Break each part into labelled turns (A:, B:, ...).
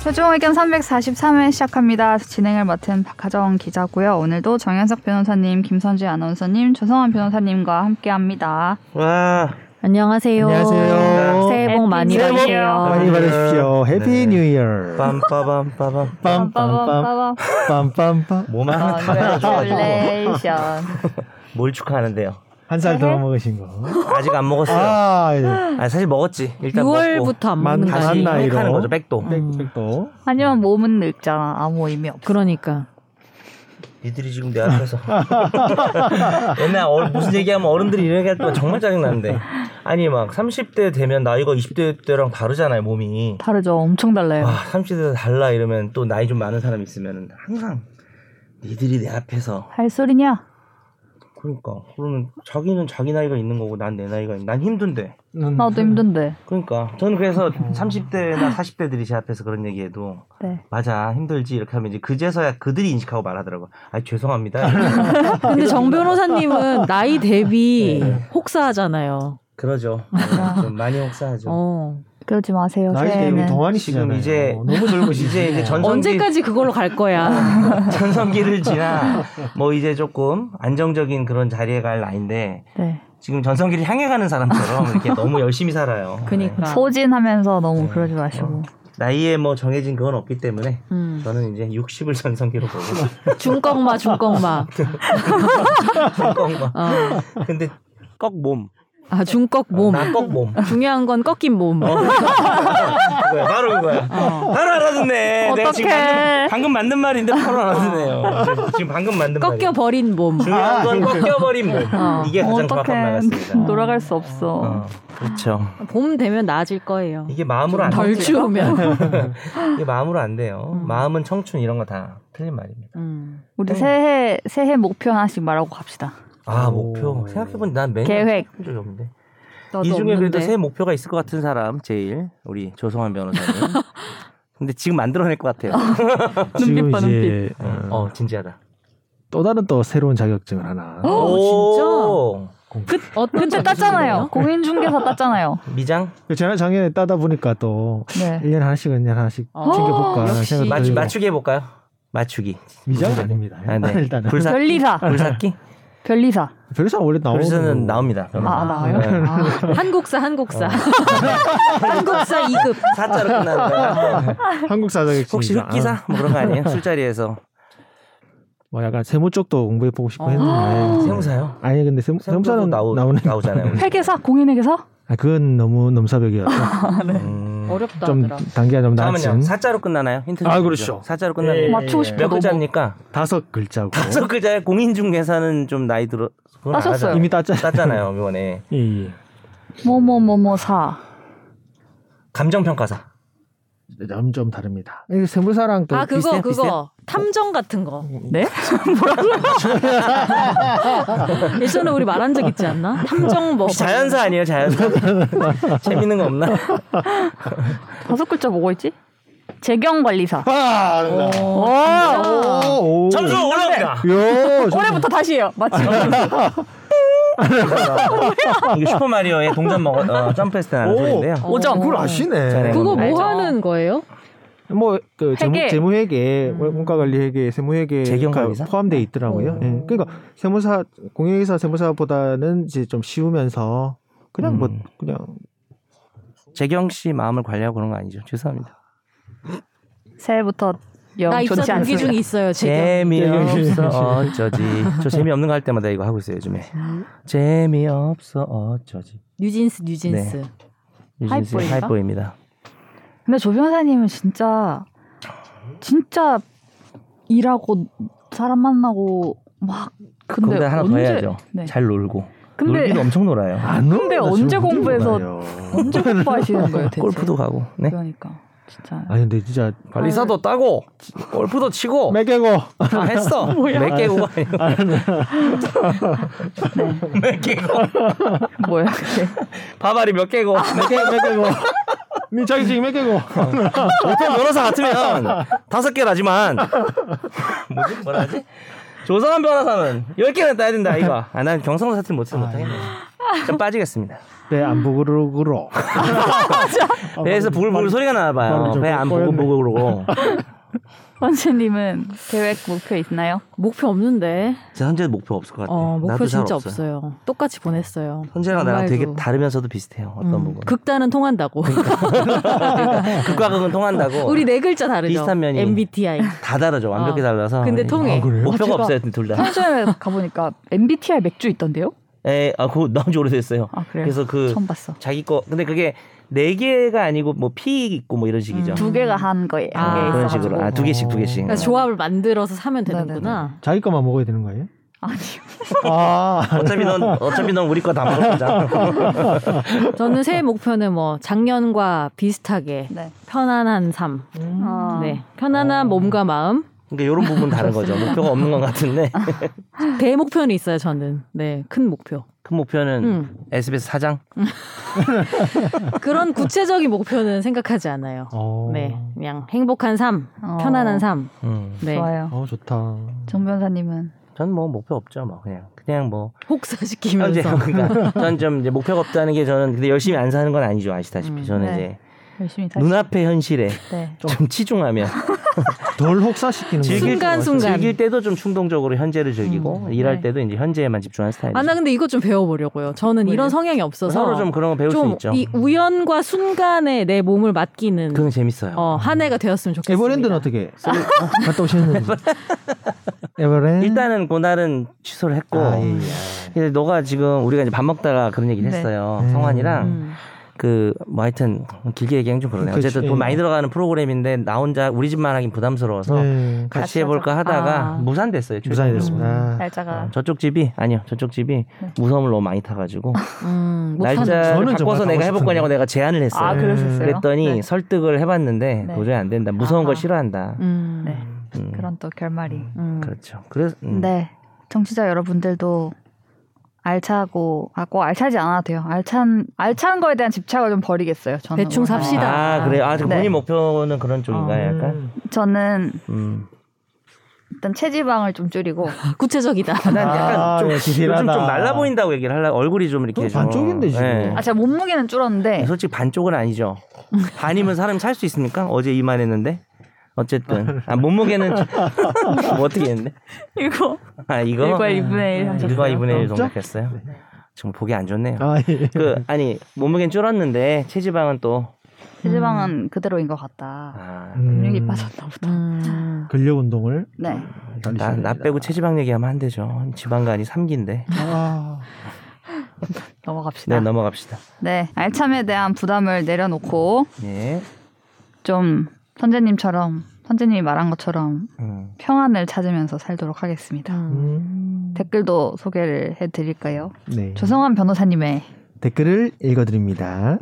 A: 최종의견 343회 시작합니다. 진행을 맡은 박하정 기자고요. 오늘도 정현석 변호사님, 김선재 아나운서님, 조성환 변호사님과 함께합니다.
B: 와.
C: 안녕하세요.
D: 안녕하세요.
C: 새해 복 많이
A: 새해 복
C: 받으세요.
D: 많이 받으십시오.
B: 네.
D: 해피 뉴 이어.
B: 빰빠밤 빠밤.
D: 빰빰빰 빰빰빰.
B: 몸
A: 아,
B: 하나 다 나가지고.
A: 컨그레이션.
B: 뭘 축하하는데요?
D: 한 살 더 먹으신 거.
B: 아직 안 먹었어요.
D: 아, 예.
B: 아, 사실 먹었지. 일단 먹고
C: 6월부터 안
D: 만-
C: 먹는 거
B: 다시
D: 만
C: 아니에요?
D: 나이로.
B: 하는 거죠. 백도.
D: 네. 백백도.
A: 하지만 몸은 늙잖아. 아무 의미 없어.
C: 그러니까
B: 니들이 지금 내 앞에서 옛날 어, 무슨 얘기하면 어른들이 이렇게 할때 정말 짜증나는데 아니 막 30대 되면 나이가 20대 때랑 다르잖아요 몸이
A: 다르죠. 엄청 달라요.
B: 와 30대 달라 이러면 또 나이 좀 많은 사람 있으면 항상 니들이 내 앞에서
A: 할 소리냐?
B: 그러니까 그러면 자기는 자기 나이가 있는 거고 난 내 나이가 있는 난 힘든데
D: 음.
C: 어,
A: 나도 힘든데.
B: 그러니까 저는 그래서 30대나 40대들이 제 앞에서 그런 얘기해도
A: 네.
B: 맞아 힘들지 이렇게 하면 이제 그제서야 그들이 인식하고 말하더라고 아 죄송합니다
C: 근데 정 변호사님은 나이 대비
B: 네.
C: 혹사하잖아요.
B: 그러죠 좀 많이 혹사하죠
C: 어.
A: 그러지 마세요.
D: 나이 대비
C: 네.
A: 새해에는.
D: 동안이시잖아요. 네.
B: 지금
D: 어,
B: 이제-
D: 너무 젊으시죠.
B: 이제 이제 전성기
C: 어, 언제까지 그걸로 갈 거야?
B: 전성기를 지나 뭐 이제 조금 안정적인 그런 자리에 갈 나이인데
A: 네.
B: 지금 전성기를 향해 가는 사람처럼 이렇게 너무 열심히 살아요 네.
C: 그니까.
A: 소진하면서 너무 그러지 마시고.
B: 나이에 뭐 정해진 그건 없기 때문에
C: 음.
B: 저는 이제 60을 전성기로 보고
C: 중꺾마 중꺾마.
B: 꺾마
C: 어.
B: 근데 꺾몸
C: 아 중꺾 몸.
B: 나 꺾몸
C: 중요한 건 꺾인 몸.
B: 어, 네, 그거야, 바로 그거야.
C: 어.
B: 바로 알아듣네. 내가 지금 방금, 방금 만든 말인데 바로 알아듣네요. 지금 방금 만든 말.
C: 어. 꺾여 버린 몸.
B: 아, 중요한 건 꺾여버린 몸.
C: 어. 음.
B: 이게 가장 정확한 말 같습니다.
A: 돌아갈 수 없어.
B: 어, 그렇죠.
C: 봄 되면 나아질 거예요.
B: 이게 마음으로 안
C: 덜
B: 돼요.
C: 추우면.
B: 이게 마음으로 안 돼요. 마음은 청춘 이런 거 다 틀린 말입니다.
C: 음.
A: 우리 새해 새해 목표 하나씩 말하고 갑시다.
B: 아
D: 오.
B: 목표 생각해보니 난 매년
A: 계획.
B: 해본 적이 없는데
C: 나도
B: 이 중에 그래도
C: 없는데.
B: 새 목표가 있을 것 같은 사람 제일 우리 조성환 변호사님. 근데 지금 만들어낼 것 같아요.
D: 지금
A: 눈빛 봐,
D: 이제 어,
B: 어 진지하다.
D: 또 다른 또 새로운 자격증을 하나.
C: 어?
B: 오, 진짜?
C: 끝. 어,
A: 근데 땄잖아요. 공인중개사 땄잖아요.
B: 미장?
D: 그 제가 작년에 따다 보니까 또
A: 네.
D: 1년 하나씩 1년 하나씩
C: 어,
D: 챙겨볼까 하는
C: 역시.
D: 생각도
B: 맞추,
D: 들고.
B: 맞추기 해볼까요? 맞추기.
D: 미장 아닙니다.
B: 아, 네.
D: 일단은
B: 불사-
A: 별리사.
B: 불사기?
A: 별리사.
D: 별사 원래 아, 나오는
B: 별리사는
D: 거고.
B: 나옵니다.
A: 아,
B: 네.
A: 나와요? 아,
C: 한국사 한국사.
B: 어.
C: 한국사 2급.
B: 사자로 끝나는
D: 아,
B: 거야.
D: 한국 사자격증
B: 혹시 흑기사? 뭐 그런 거 아니에요? 술자리에서.
D: 뭐 약간 세무 쪽도 공부해 보고
C: 어.
D: 싶고 했는데
B: 아, 세무사요?
D: 아니 근데 세무,
B: 세무사도
D: 세무사는
B: 나오,
D: 나오, 나오는
B: 나오잖아요. 우리.
A: 회계사 공인회계사?
D: 아, 그건 너무 넘사벽이라서
B: 음.
C: 어렵다
D: 좀
C: 하더라.
D: 단계가 좀 낮은
B: 잠깐만요. 사자로 끝나나요? 힌트 좀
D: 아,
B: 주시죠.
D: 그렇죠.
B: 사자로 끝나는 거.
A: 예. 맞추고 싶어
B: 몇
A: 너무.
B: 글자입니까?
D: 다섯 글자고
B: 다섯 글자에 공인중개사는 좀 나이 들어. 그건 안
A: 따셨어요.
B: 하잖아요.
D: 뭐. 이미 따잖아요.
B: 땄잖아요 이번에.
D: 예, 예.
A: 뭐, 뭐뭐뭐뭐사.
B: 감정평가사.
D: 좀, 좀 다릅니다. 이게 세무사랑 또
C: 아 그거
B: 비슷해,
C: 그거 탐정 같은 거.
B: 음.
A: 네?
C: 예전에 우리 말한 적 있지 않나? 탐정 뭐.
B: 혹시 자연사 아니에요 자연사? 재밌는 거 없나?
A: 다섯 글자 뭐가 있지? 재경관리사.
D: 아,
A: 오.
D: 오, 네. 오.
B: 점수 올라옵니다.
D: 요, 저-
A: 올해부터 다시 해요. 맞지?
B: 아. 이게 슈퍼마리오의 동전 먹어 어, 점프했을 때 나는
D: 오.
B: 소리인데요.
C: 어.
A: 오점.
D: 그걸 아시네.
B: 잘해요.
C: 그거
A: 알죠.
C: 뭐 하는 거예요?
D: 뭐, 그, 재무,
A: 회계.
D: 재무회계, 원가관리회계, 세무회계.
B: 재경관리사?
D: 포함되어 있더라고요.
C: 어.
D: 예. 그러니까, 세무사, 공인회계사 세무사보다는 이제 좀 쉬우면서, 그냥 뭐,
B: 음.
D: 그냥,
B: 재경 씨 마음을 관리하고 그런 거 아니죠? 죄송합니다.
A: 새해부터 영
C: 나 입사
A: 좋지
C: 동기 중에
A: 않습니다.
C: 있어요
B: 예.
C: 지금.
B: 재미없어 어쩌지. 저 재미없는 거 할 때마다 이거 하고 있어요 요즘에. 재미없어 어쩌지.
C: 뉴진스 뉴진스.
B: 유진스
A: 하이포인가?
B: 하이포입니다.
A: 근데 조 변호사님은 진짜 진짜 일하고 사람 만나고 막 근데,
B: 근데 하나
A: 언제
B: 더 해야죠.
A: 네.
B: 잘 놀고.
A: 근데
B: 놀기도 엄청 놀아요.
D: 안
A: 근데
D: 넘어가나
A: 언제
D: 지금
A: 공부해서-
D: 몰라요.
A: 언제 공부하시는 거예요, 대체?
B: 골프도 가고. 네.
A: 그러니까 진짜
D: 아니, 근데 진짜,
B: 관리사도 따고 골프도 치고
D: 맥개고
B: 다 했어. 몇 개고 아, 아니고
A: 네.
B: 몇 개고
A: 뭐야 그게?
B: 바바리 몇 개고.
D: 맥개고, 맥개고. 니 자격증 맥개고.
B: 보통 변호사 같으면 다섯 개라지만 뭐지 뭐라 하지? 아, 조선한 변호사는 열 개는 따야 된다 이거. 아난 경상도 사투리 못해서 못하겠네. 전 빠지겠습니다.
D: 배안 부그르고 그러. 아,
B: 배에서 부글부글 소리가 나나 봐요.
D: 말을 좀
B: 배안 보고
D: 꺼였네.
B: 보고 그러고.
A: 선생님은 계획 목표 있나요?
C: 목표 없는데.
B: 제 현재 목표 없을 것 같아요.
C: 어, 목표
B: 나도 잘
C: 진짜 없어요. 똑같이 보냈어요.
B: 현재랑 나랑
C: 연말도.
B: 되게 다르면서도 비슷해요. 어떤
C: 음,
B: 부분.
C: 극단은 통한다고.
B: 그 극과 극은 통한다고.
C: 우리 네 글자 다르죠.
B: 비슷한 면이.
C: MBTI.
B: 다 다르죠. 완벽히
C: 어.
B: 달라서.
C: 근데 통해.
D: 아, 그래요?
B: 목표가
A: 아, 제가-
B: 없어요, 둘 다.
A: 편의점에 가보니까 MBTI 맥주 있던데요?
B: 에, 아, 그거 나온 지 오래됐어요.
A: 아 그래요?
B: 그래서 그
A: 처음 봤어.
B: 자기 거 근데 그게 네 개가 아니고 뭐 P 있고 뭐 이런 식이죠.
C: 음.
A: 두 개가 한 거예요.
C: 아,
A: 한개
B: 그런
A: 있어가지고.
B: 식으로. 아, 두 개씩 두 개씩.
C: 그러니까 조합을 만들어서 사면 되는구나.
D: 자기 것만 먹어야 되는 거예요?
A: 아니요.
D: 아,
B: 어차피 넌 어차피 넌 우리 거 다 먹을 거잖아.
C: 저는 새해 목표는 뭐 작년과 비슷하게
A: 네.
C: 편안한 삶.
A: 아,
C: 네. 편안한 몸과 마음.
B: 그러니까 이런 부분 다른 거죠. 목표가 없는 것 같은데
C: 아. 대목표는 있어요, 저는. 네. 큰 목표.
B: 큰 목표는
C: 음.
B: SBS 사장.
C: 그런 구체적인 목표는 생각하지 않아요.
D: 어.
C: 네. 그냥 행복한 삶,
A: 어.
C: 편안한 삶.
B: 음.
C: 네.
A: 좋아요.
D: 어, 좋다.
A: 정 변사님은
B: 전 뭐 목표 없죠, 뭐 그냥 그냥 뭐. 아, 이제
C: 혹사시키면서.
B: 그러니까 전 좀 이제 목표가 없다는 게 저는 근데 열심히 안 사는 건 아니죠, 아시다시피
C: 음,
B: 저는
A: 네.
B: 이제
A: 열심히 다시.
B: 눈앞의 현실에
A: 네.
B: 좀 치중하면
D: 덜 혹사시키는 거.
B: 즐길
C: 순간순간.
B: 즐길 때도 좀 충동적으로 현재를 즐기고
C: 음,
B: 일할
C: 네.
B: 때도 이제 현재에만 집중하는 스타일이죠.
C: 아, 나 근데 이것 좀 배워보려고요. 저는 이런 성향이 없어서.
B: 서로 좀 그런 거 배울 수 있죠.
C: 좀이 우연과 순간에 내 몸을 맡기는
B: 그건 재밌어요.
C: 어, 한 해가 되었으면 좋겠습니다.
D: 에버랜드는 어떻게 아, 갔다 오셨는지.
B: 음.
D: 에버랜드.
B: 일단은 그날은 취소를 했고
D: 아, 예, 예.
B: 근데 너가 지금 우리가 이제 밥 먹다가 그런 얘기를
A: 네.
B: 했어요.
D: 음.
B: 성환이랑
C: 음.
B: 그 뭐 하여튼 길게 얘기하면 좀 그러네. 요
D: 그치,
B: 어쨌든
D: 예.
B: 돈 많이 들어가는 프로그램인데 나 혼자 우리 집만 하긴 부담스러워서
D: 네.
B: 같이
A: 같이
B: 해볼까 하다가
C: 아.
B: 무산됐어요.
A: 음.
B: 최근에.
D: 무산이 됐습니다.
A: 날짜가
B: 어, 저쪽 집이 아니요 저쪽 집이
A: 네.
B: 무서움을 너무 많이 타가지고
C: 음, 못 사는
B: 날짜를
D: 저는 정말
B: 바꿔서
D: 가고
B: 내가 해볼
D: 싶은데.
B: 거냐고 내가 제안을 했어요.
A: 아 그러셨어요?
B: 그랬더니
A: 네.
B: 설득을 해봤는데
A: 네.
B: 도저히 안 된다. 무서운 걸
A: 아하.
B: 싫어한다.
C: 음.
A: 네.
B: 음,
A: 그런 또 결말이.
C: 음.
B: 그렇죠. 그래서 음.
A: 네. 정치자 여러분들도 알차고 하고 알차지 않아도 돼요. 알찬 알찬 거에 대한 집착을 좀 버리겠어요. 저는
C: 대충
A: 오늘.
C: 삽시다.
B: 아 그래 아 본인
A: 네.
B: 목표는 그런 쪽인가요? 약간
A: 저는
B: 음.
A: 일단 체지방을 좀 줄이고
C: 구체적이다.
B: 난 약간
D: 아,
B: 좀
D: 예,
B: 요즘 좀
D: 디테일하다.
B: 날라 보인다고 얘기를 하려 얼굴이 좀 이렇게
D: 그건
B: 좀-
D: 반쪽인데, 지금.
B: 예.
A: 아 제가 몸무게는 줄었는데
B: 솔직히 반쪽은 아니죠. 반이면 사람이 살 수 있습니까? 어제 이만했는데 어쨌든 아, 몸무게는 좀- 뭐 어떻게 했는데?
A: 이거
B: 아 이거 네.
A: 1과 2분의 1 하셨어요.
B: 1과 2분의 1
D: 없죠?
B: 정도했어요. 지금 보기 안 좋네요.
D: 네. 아, 예.
B: 그 아니 몸무게는 줄었는데 체지방은 또
A: 체지방은 그대로인 것 같다.
B: 아,
A: 근육이
D: 음,
A: 빠졌나 보다.
C: 음.
D: 근력 운동을
A: 네.
B: 나, 나 빼고 체지방 얘기하면 안 되죠. 지방간이 3기인데.
D: 아,
A: 넘어갑시다.
B: 네
A: 네,
B: 넘어갑시다.
A: 알참에 대한 부담을 내려놓고
B: 예.
A: 좀 선재님처럼 선재님이 말한 것처럼
B: 음.
A: 평안을 찾으면서 살도록 하겠습니다.
C: 음.
D: 음,
A: 댓글도 소개를 해드릴까요?
B: 음.
D: 네.
A: 조성환 변호사님의
D: 댓글을 읽어드립니다.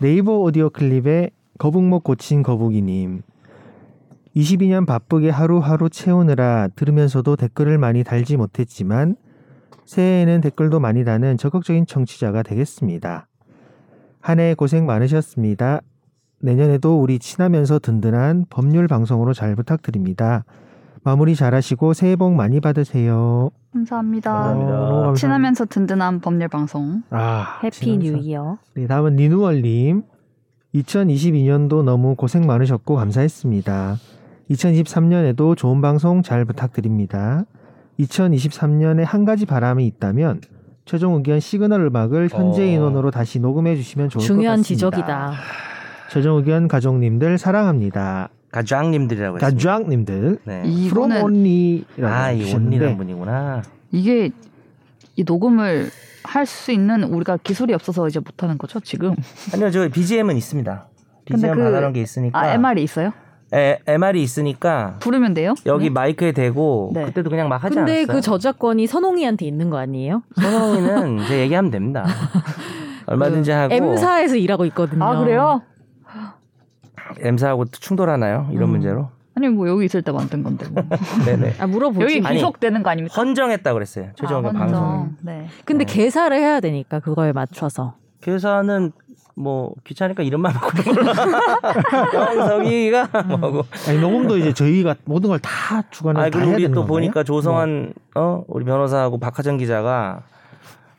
D: 네이버 오디오 클립에 거북목 고친 거북이님 22년 바쁘게 하루하루 채우느라 들으면서도 댓글을 많이 달지 못했지만 새해에는 댓글도 많이 다는 적극적인 청취자가 되겠습니다. 한 해 고생 많으셨습니다. 내년에도 우리 친하면서 든든한 법률 방송으로 잘 부탁드립니다. 마무리 잘하시고 새해 복 많이 받으세요.
A: 감사합니다.
B: 감사합니다.
D: 어, 너무 감사합니다.
A: 친하면서 든든한 법률 방송.
D: 아,
C: 해피
D: 친하면서.
C: 뉴 이어.
D: 네, 다음은 니누얼님. 2022년도 너무 고생 많으셨고 감사했습니다. 2023년에도 좋은 방송 잘 부탁드립니다. 2023년에 한 가지 바람이 있다면 최종 의견 시그널 음악을 현재
B: 어.
D: 인원으로 다시 녹음해 주시면 좋을
C: 중요한
D: 것 같습니다.
C: 지적이다.
D: 최종 의견 가족님들 사랑합니다.
B: 가장님들이라고 했습니다.
D: 가족님들
B: 네.
D: from
A: 이거는
D: only라고
B: 아, 이
D: 주셨는데
B: 원리란 분이구나.
A: 이게 이 녹음을 할 수 있는 우리가 기술이 없어서 이제 못하는 거죠 지금.
B: 아니요, 저 BGM은 있습니다.
A: 근데
B: BGM
A: 그-
B: 받아놓은 게 있으니까.
A: 아 MR이 있어요?
B: 에, MR이 있으니까
A: 부르면 돼요?
B: 여기 마이크에 대고
A: 네.
B: 그때도 그냥 막 하지
C: 근데
B: 않았어요. 음.
C: 그 저작권이 선홍이한테 있는 거 아니에요?
B: 선홍이는 이제 얘기하면 됩니다. 얼마든지 하고
C: 그 M사에서 일하고 있거든요.
A: 아 그래요?
B: M사하고 충돌하나요? 이런
C: 음.
B: 문제로.
A: 아니 뭐 여기 있을 때 만든 건데 뭐.
B: 네네.
C: 아, 물어보지.
A: 여기
B: 아니,
A: 기속되는 거 아닙니까?
B: 헌정했다 그랬어요. 최종
A: 아,
B: 방송.
A: 네.
C: 근데 계사를 해야 되니까 그거에 맞춰서.
B: 교사는 뭐 귀찮으니까 이름만 바꾸는 걸로. 성희가 뭐고.
D: 아니 녹음도 이제 저희가 모든 걸 다 주관해서
B: 아
D: 다
B: 그리고
D: 해야
B: 우리
D: 되는
B: 또
D: 건가요? 뭐.
B: 보니까 조성한 어 우리 변호사하고 박하정 기자가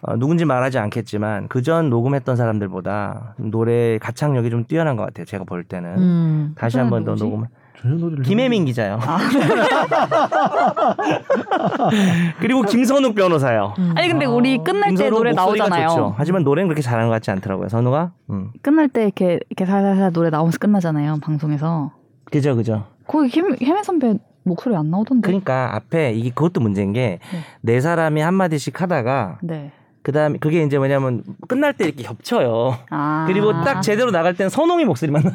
B: 어, 누군지 말하지 않겠지만 그 전 녹음했던 사람들보다 노래 가창력이 좀 뛰어난 것 같아요. 제가 볼 때는
C: 음.
B: 다시 한 번 더
C: 누구지?
B: 녹음을.
D: 전혀 노래를
B: 김혜민 기자요.
A: 아.
B: 그리고 김선욱 변호사요.
C: 음.
A: 아니 근데 우리 음. 끝날 때
B: 김선욱
A: 노래
B: 목소리가
A: 나오잖아요. 음.
B: 좋죠. 하지만 노래는 그렇게 잘하는 것 같지 않더라고요. 선우가. 음.
A: 끝날 때 이렇게 이렇게 살살살 노래 나오면서 끝나잖아요 방송에서.
B: 그죠 그죠.
A: 거기 김 혜민 선배 목소리 안 나오던데.
B: 그러니까 앞에 이게 그것도 문제인 게 네 사람이 한 마디씩 하다가
A: 네.
B: 그다음 그게 이제 뭐냐면 끝날 때 이렇게 겹쳐요.
A: 아.
B: 그리고 딱 제대로 나갈 때는 선홍이 목소리만 나.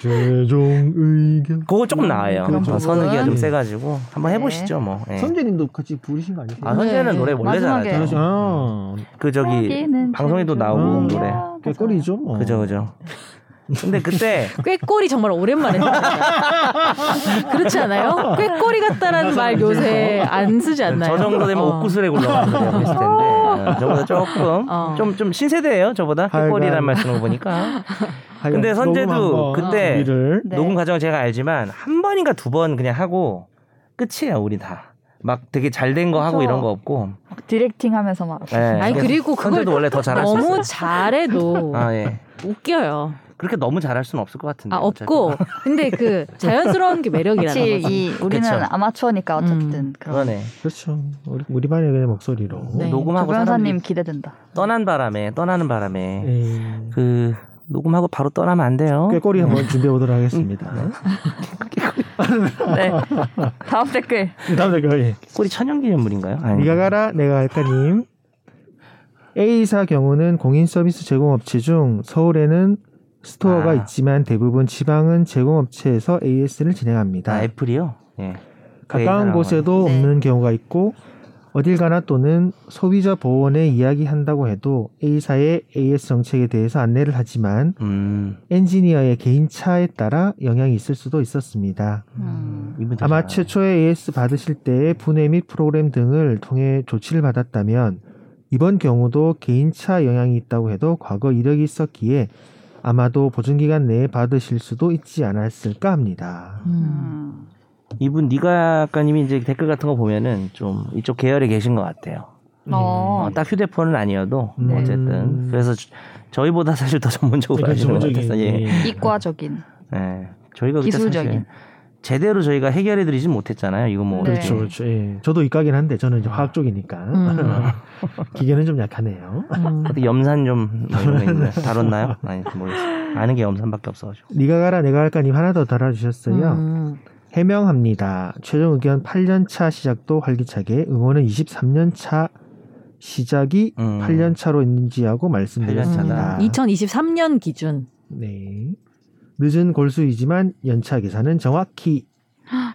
D: 최종 의견
B: 그거 조금 나아요.
A: 음, 그런
B: 어, 선우기가 좀
D: 부분.
B: 세가지고 한번
A: 네.
B: 해보시죠 뭐. 예.
D: 선재님도 같이 부르신 거 아니세요?
B: 아 선재는
C: 네.
B: 노래 원래
A: 마지막에.
B: 잘하죠. 음.
D: 아,
B: 그 저기
A: 여기는
B: 방송에도 나오고
A: 음.
D: 노래.
A: 맞아요.
D: 꽤 꼴이죠 뭐.
B: 그죠 그죠. 근데 그때
C: 꾀꼬리 정말 오랜만에 했어요. 그렇지 않아요? 꾀꼬리 같다라는 말 요새 안 쓰지 않나요?
B: 저 정도 되면
C: 어.
B: 옥구슬에 굴러가고 했을 텐데 어, 저보다 조금
C: 어.
B: 좀 좀 신세대예요 저보다
D: 하여간.
B: 꾀꼬리란 말 쓰는 거 보니까 근데 선재도 그때
D: 를
A: 네.
B: 녹음 과정을 제가 알지만 한 번인가 두 번 그냥 하고 끝이에요 우리 다 막 되게 잘 된 거 하고
A: 그쵸.
B: 이런 거 없고
A: 막 디렉팅 하면서 막.
B: 예.
C: 아니
B: 그래서
C: 그리고 그걸
B: 선재도 원래 더 잘할 수
C: 너무
B: 있어요
C: 잘해도
B: 아, 예.
C: 웃겨요.
B: 그렇게 너무 잘할 수는 없을 것 같은데
C: 아 없고 근데 그 자연스러운 게 매력이라는
A: 그렇지
C: 거죠.
A: 이 우리는
B: 그쵸. 음.
A: 아마추어니까 어쨌든 그런.
B: 그러네
D: 그렇죠. 우리, 우리만의 그냥 목소리로.
C: 네.
A: 조
B: 녹음하고
A: 변사님
B: 사람들이
A: 기대된다.
B: 떠난 바람에 떠나는 바람에
D: 예.
B: 그 녹음하고 바로 떠나면 안 돼요
D: 꾀꼬리 한번 준비해 보도록 하겠습니다.
B: 음.
A: 네. 다음 댓글.
D: 다음 댓글. 예.
B: 꼬리 천연기념물인가요? 아니
D: 네가 가라 내가 갈까님. A사 경우는 공인 서비스 제공업체 중 서울에는 스토어가
B: 아.
D: 있지만 대부분 지방은 제공업체에서 AS를 진행합니다.
B: 아, 애플이요? 예.
A: 그
D: 가까운 곳에도
A: 네.
D: 없는 경우가 있고 어딜 가나 또는 소비자 보호원에 이야기한다고 해도 A사의 AS 정책에 대해서 안내를 하지만
B: 음.
D: 엔지니어의 개인차에 따라 영향이 있을 수도 있었습니다.
A: 음.
B: 이분 되게
D: 아마
B: 잘하네.
D: 최초의 AS 받으실 때 분해 및 프로그램 등을 통해 조치를 받았다면 이번 경우도 개인차 영향이 있다고 해도 과거 이력이 있었기에 아마도 보증기간 내에 받으실 수도 있지 않았을까 합니다.
C: 음.
A: 음.
B: 이분 니가 아까님이 이제 댓글 같은 거 보면은 좀 이쪽 계열에 계신 것 같아요.
A: 어.
B: 어,
C: 음.
B: 딱 휴대폰은 아니어도
D: 음.
B: 어쨌든 그래서 저- 저희보다 사실 더 전문적으로
D: 네,
B: 아시는 것 같아서 예.
A: 네. 이과적인.
B: 예. 저희가 그때
A: 기술적인.
B: 사실 제대로 저희가 해결해 드리진 못했잖아요. 이거 뭐
A: 네.
D: 그렇죠, 그렇죠. 예. 저도 이과긴 한데 저는 이제 화학 쪽이니까
C: 음.
D: 기계는 좀 약하네요.
C: 음.
B: 어떻게 염산 좀뭐
D: 네.
B: 이런 거 있나요? 다뤘나요? 아니 모르겠어요. 아는 게 염산밖에 없어가지고.
D: 네가 가라 내가 할까님 하나 더 달아주셨어요.
C: 음.
D: 해명합니다. 최종 의견 8년차 시작도 활기차게 응원은 23년차 시작이
B: 음.
D: 8년차로 인지하고
B: 괜찮다.
D: 말씀드렸습니다.
C: 음. 2023년 기준.
D: 네. 늦은 골수이지만 연차 계산은 정확히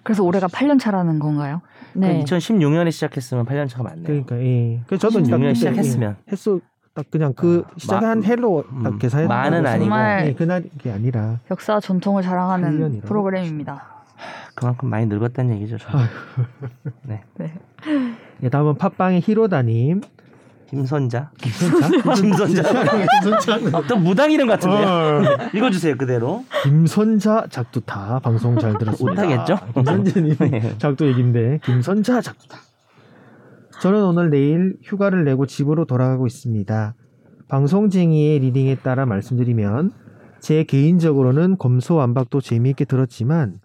A: 그래서 올해가 8년 차라는 건가요?
B: 그
C: 네.
B: 2016년에 시작했으면 8년 차가 맞네요.
D: 그러니까 예. 그 저도 딱
B: 16년에
D: 그때,
B: 시작했으면.
D: 예. 횟수 딱 그냥 그
B: 아,
D: 시작한 해로 딱
B: 음,
D: 계산해
B: 만은 아니고
A: 정말
D: 예, 그날이 아니라
A: 역사와 전통을 자랑하는
D: 8년이라고?
A: 프로그램입니다.
B: 그만큼 많이 늙었다는 얘기죠. 저.
D: 예, 다음은 팟빵의 히로다님
B: 김선자.
D: 김선자 어.
B: 김선자.
D: 김선자
B: 또 무당 이름 같은데요. 읽어주세요 그대로.
D: 김선자 작두타 방송 잘 들었습니다. 아,
B: 못하겠죠?
D: 김선재님 작두 얘기인데 김선자 작두타. 저는 오늘 내일 휴가를 내고 집으로 돌아가고 있습니다. 방송쟁이의 리딩에 따라 말씀드리면 제 개인적으로는 검소완박도 재미있게 들었지만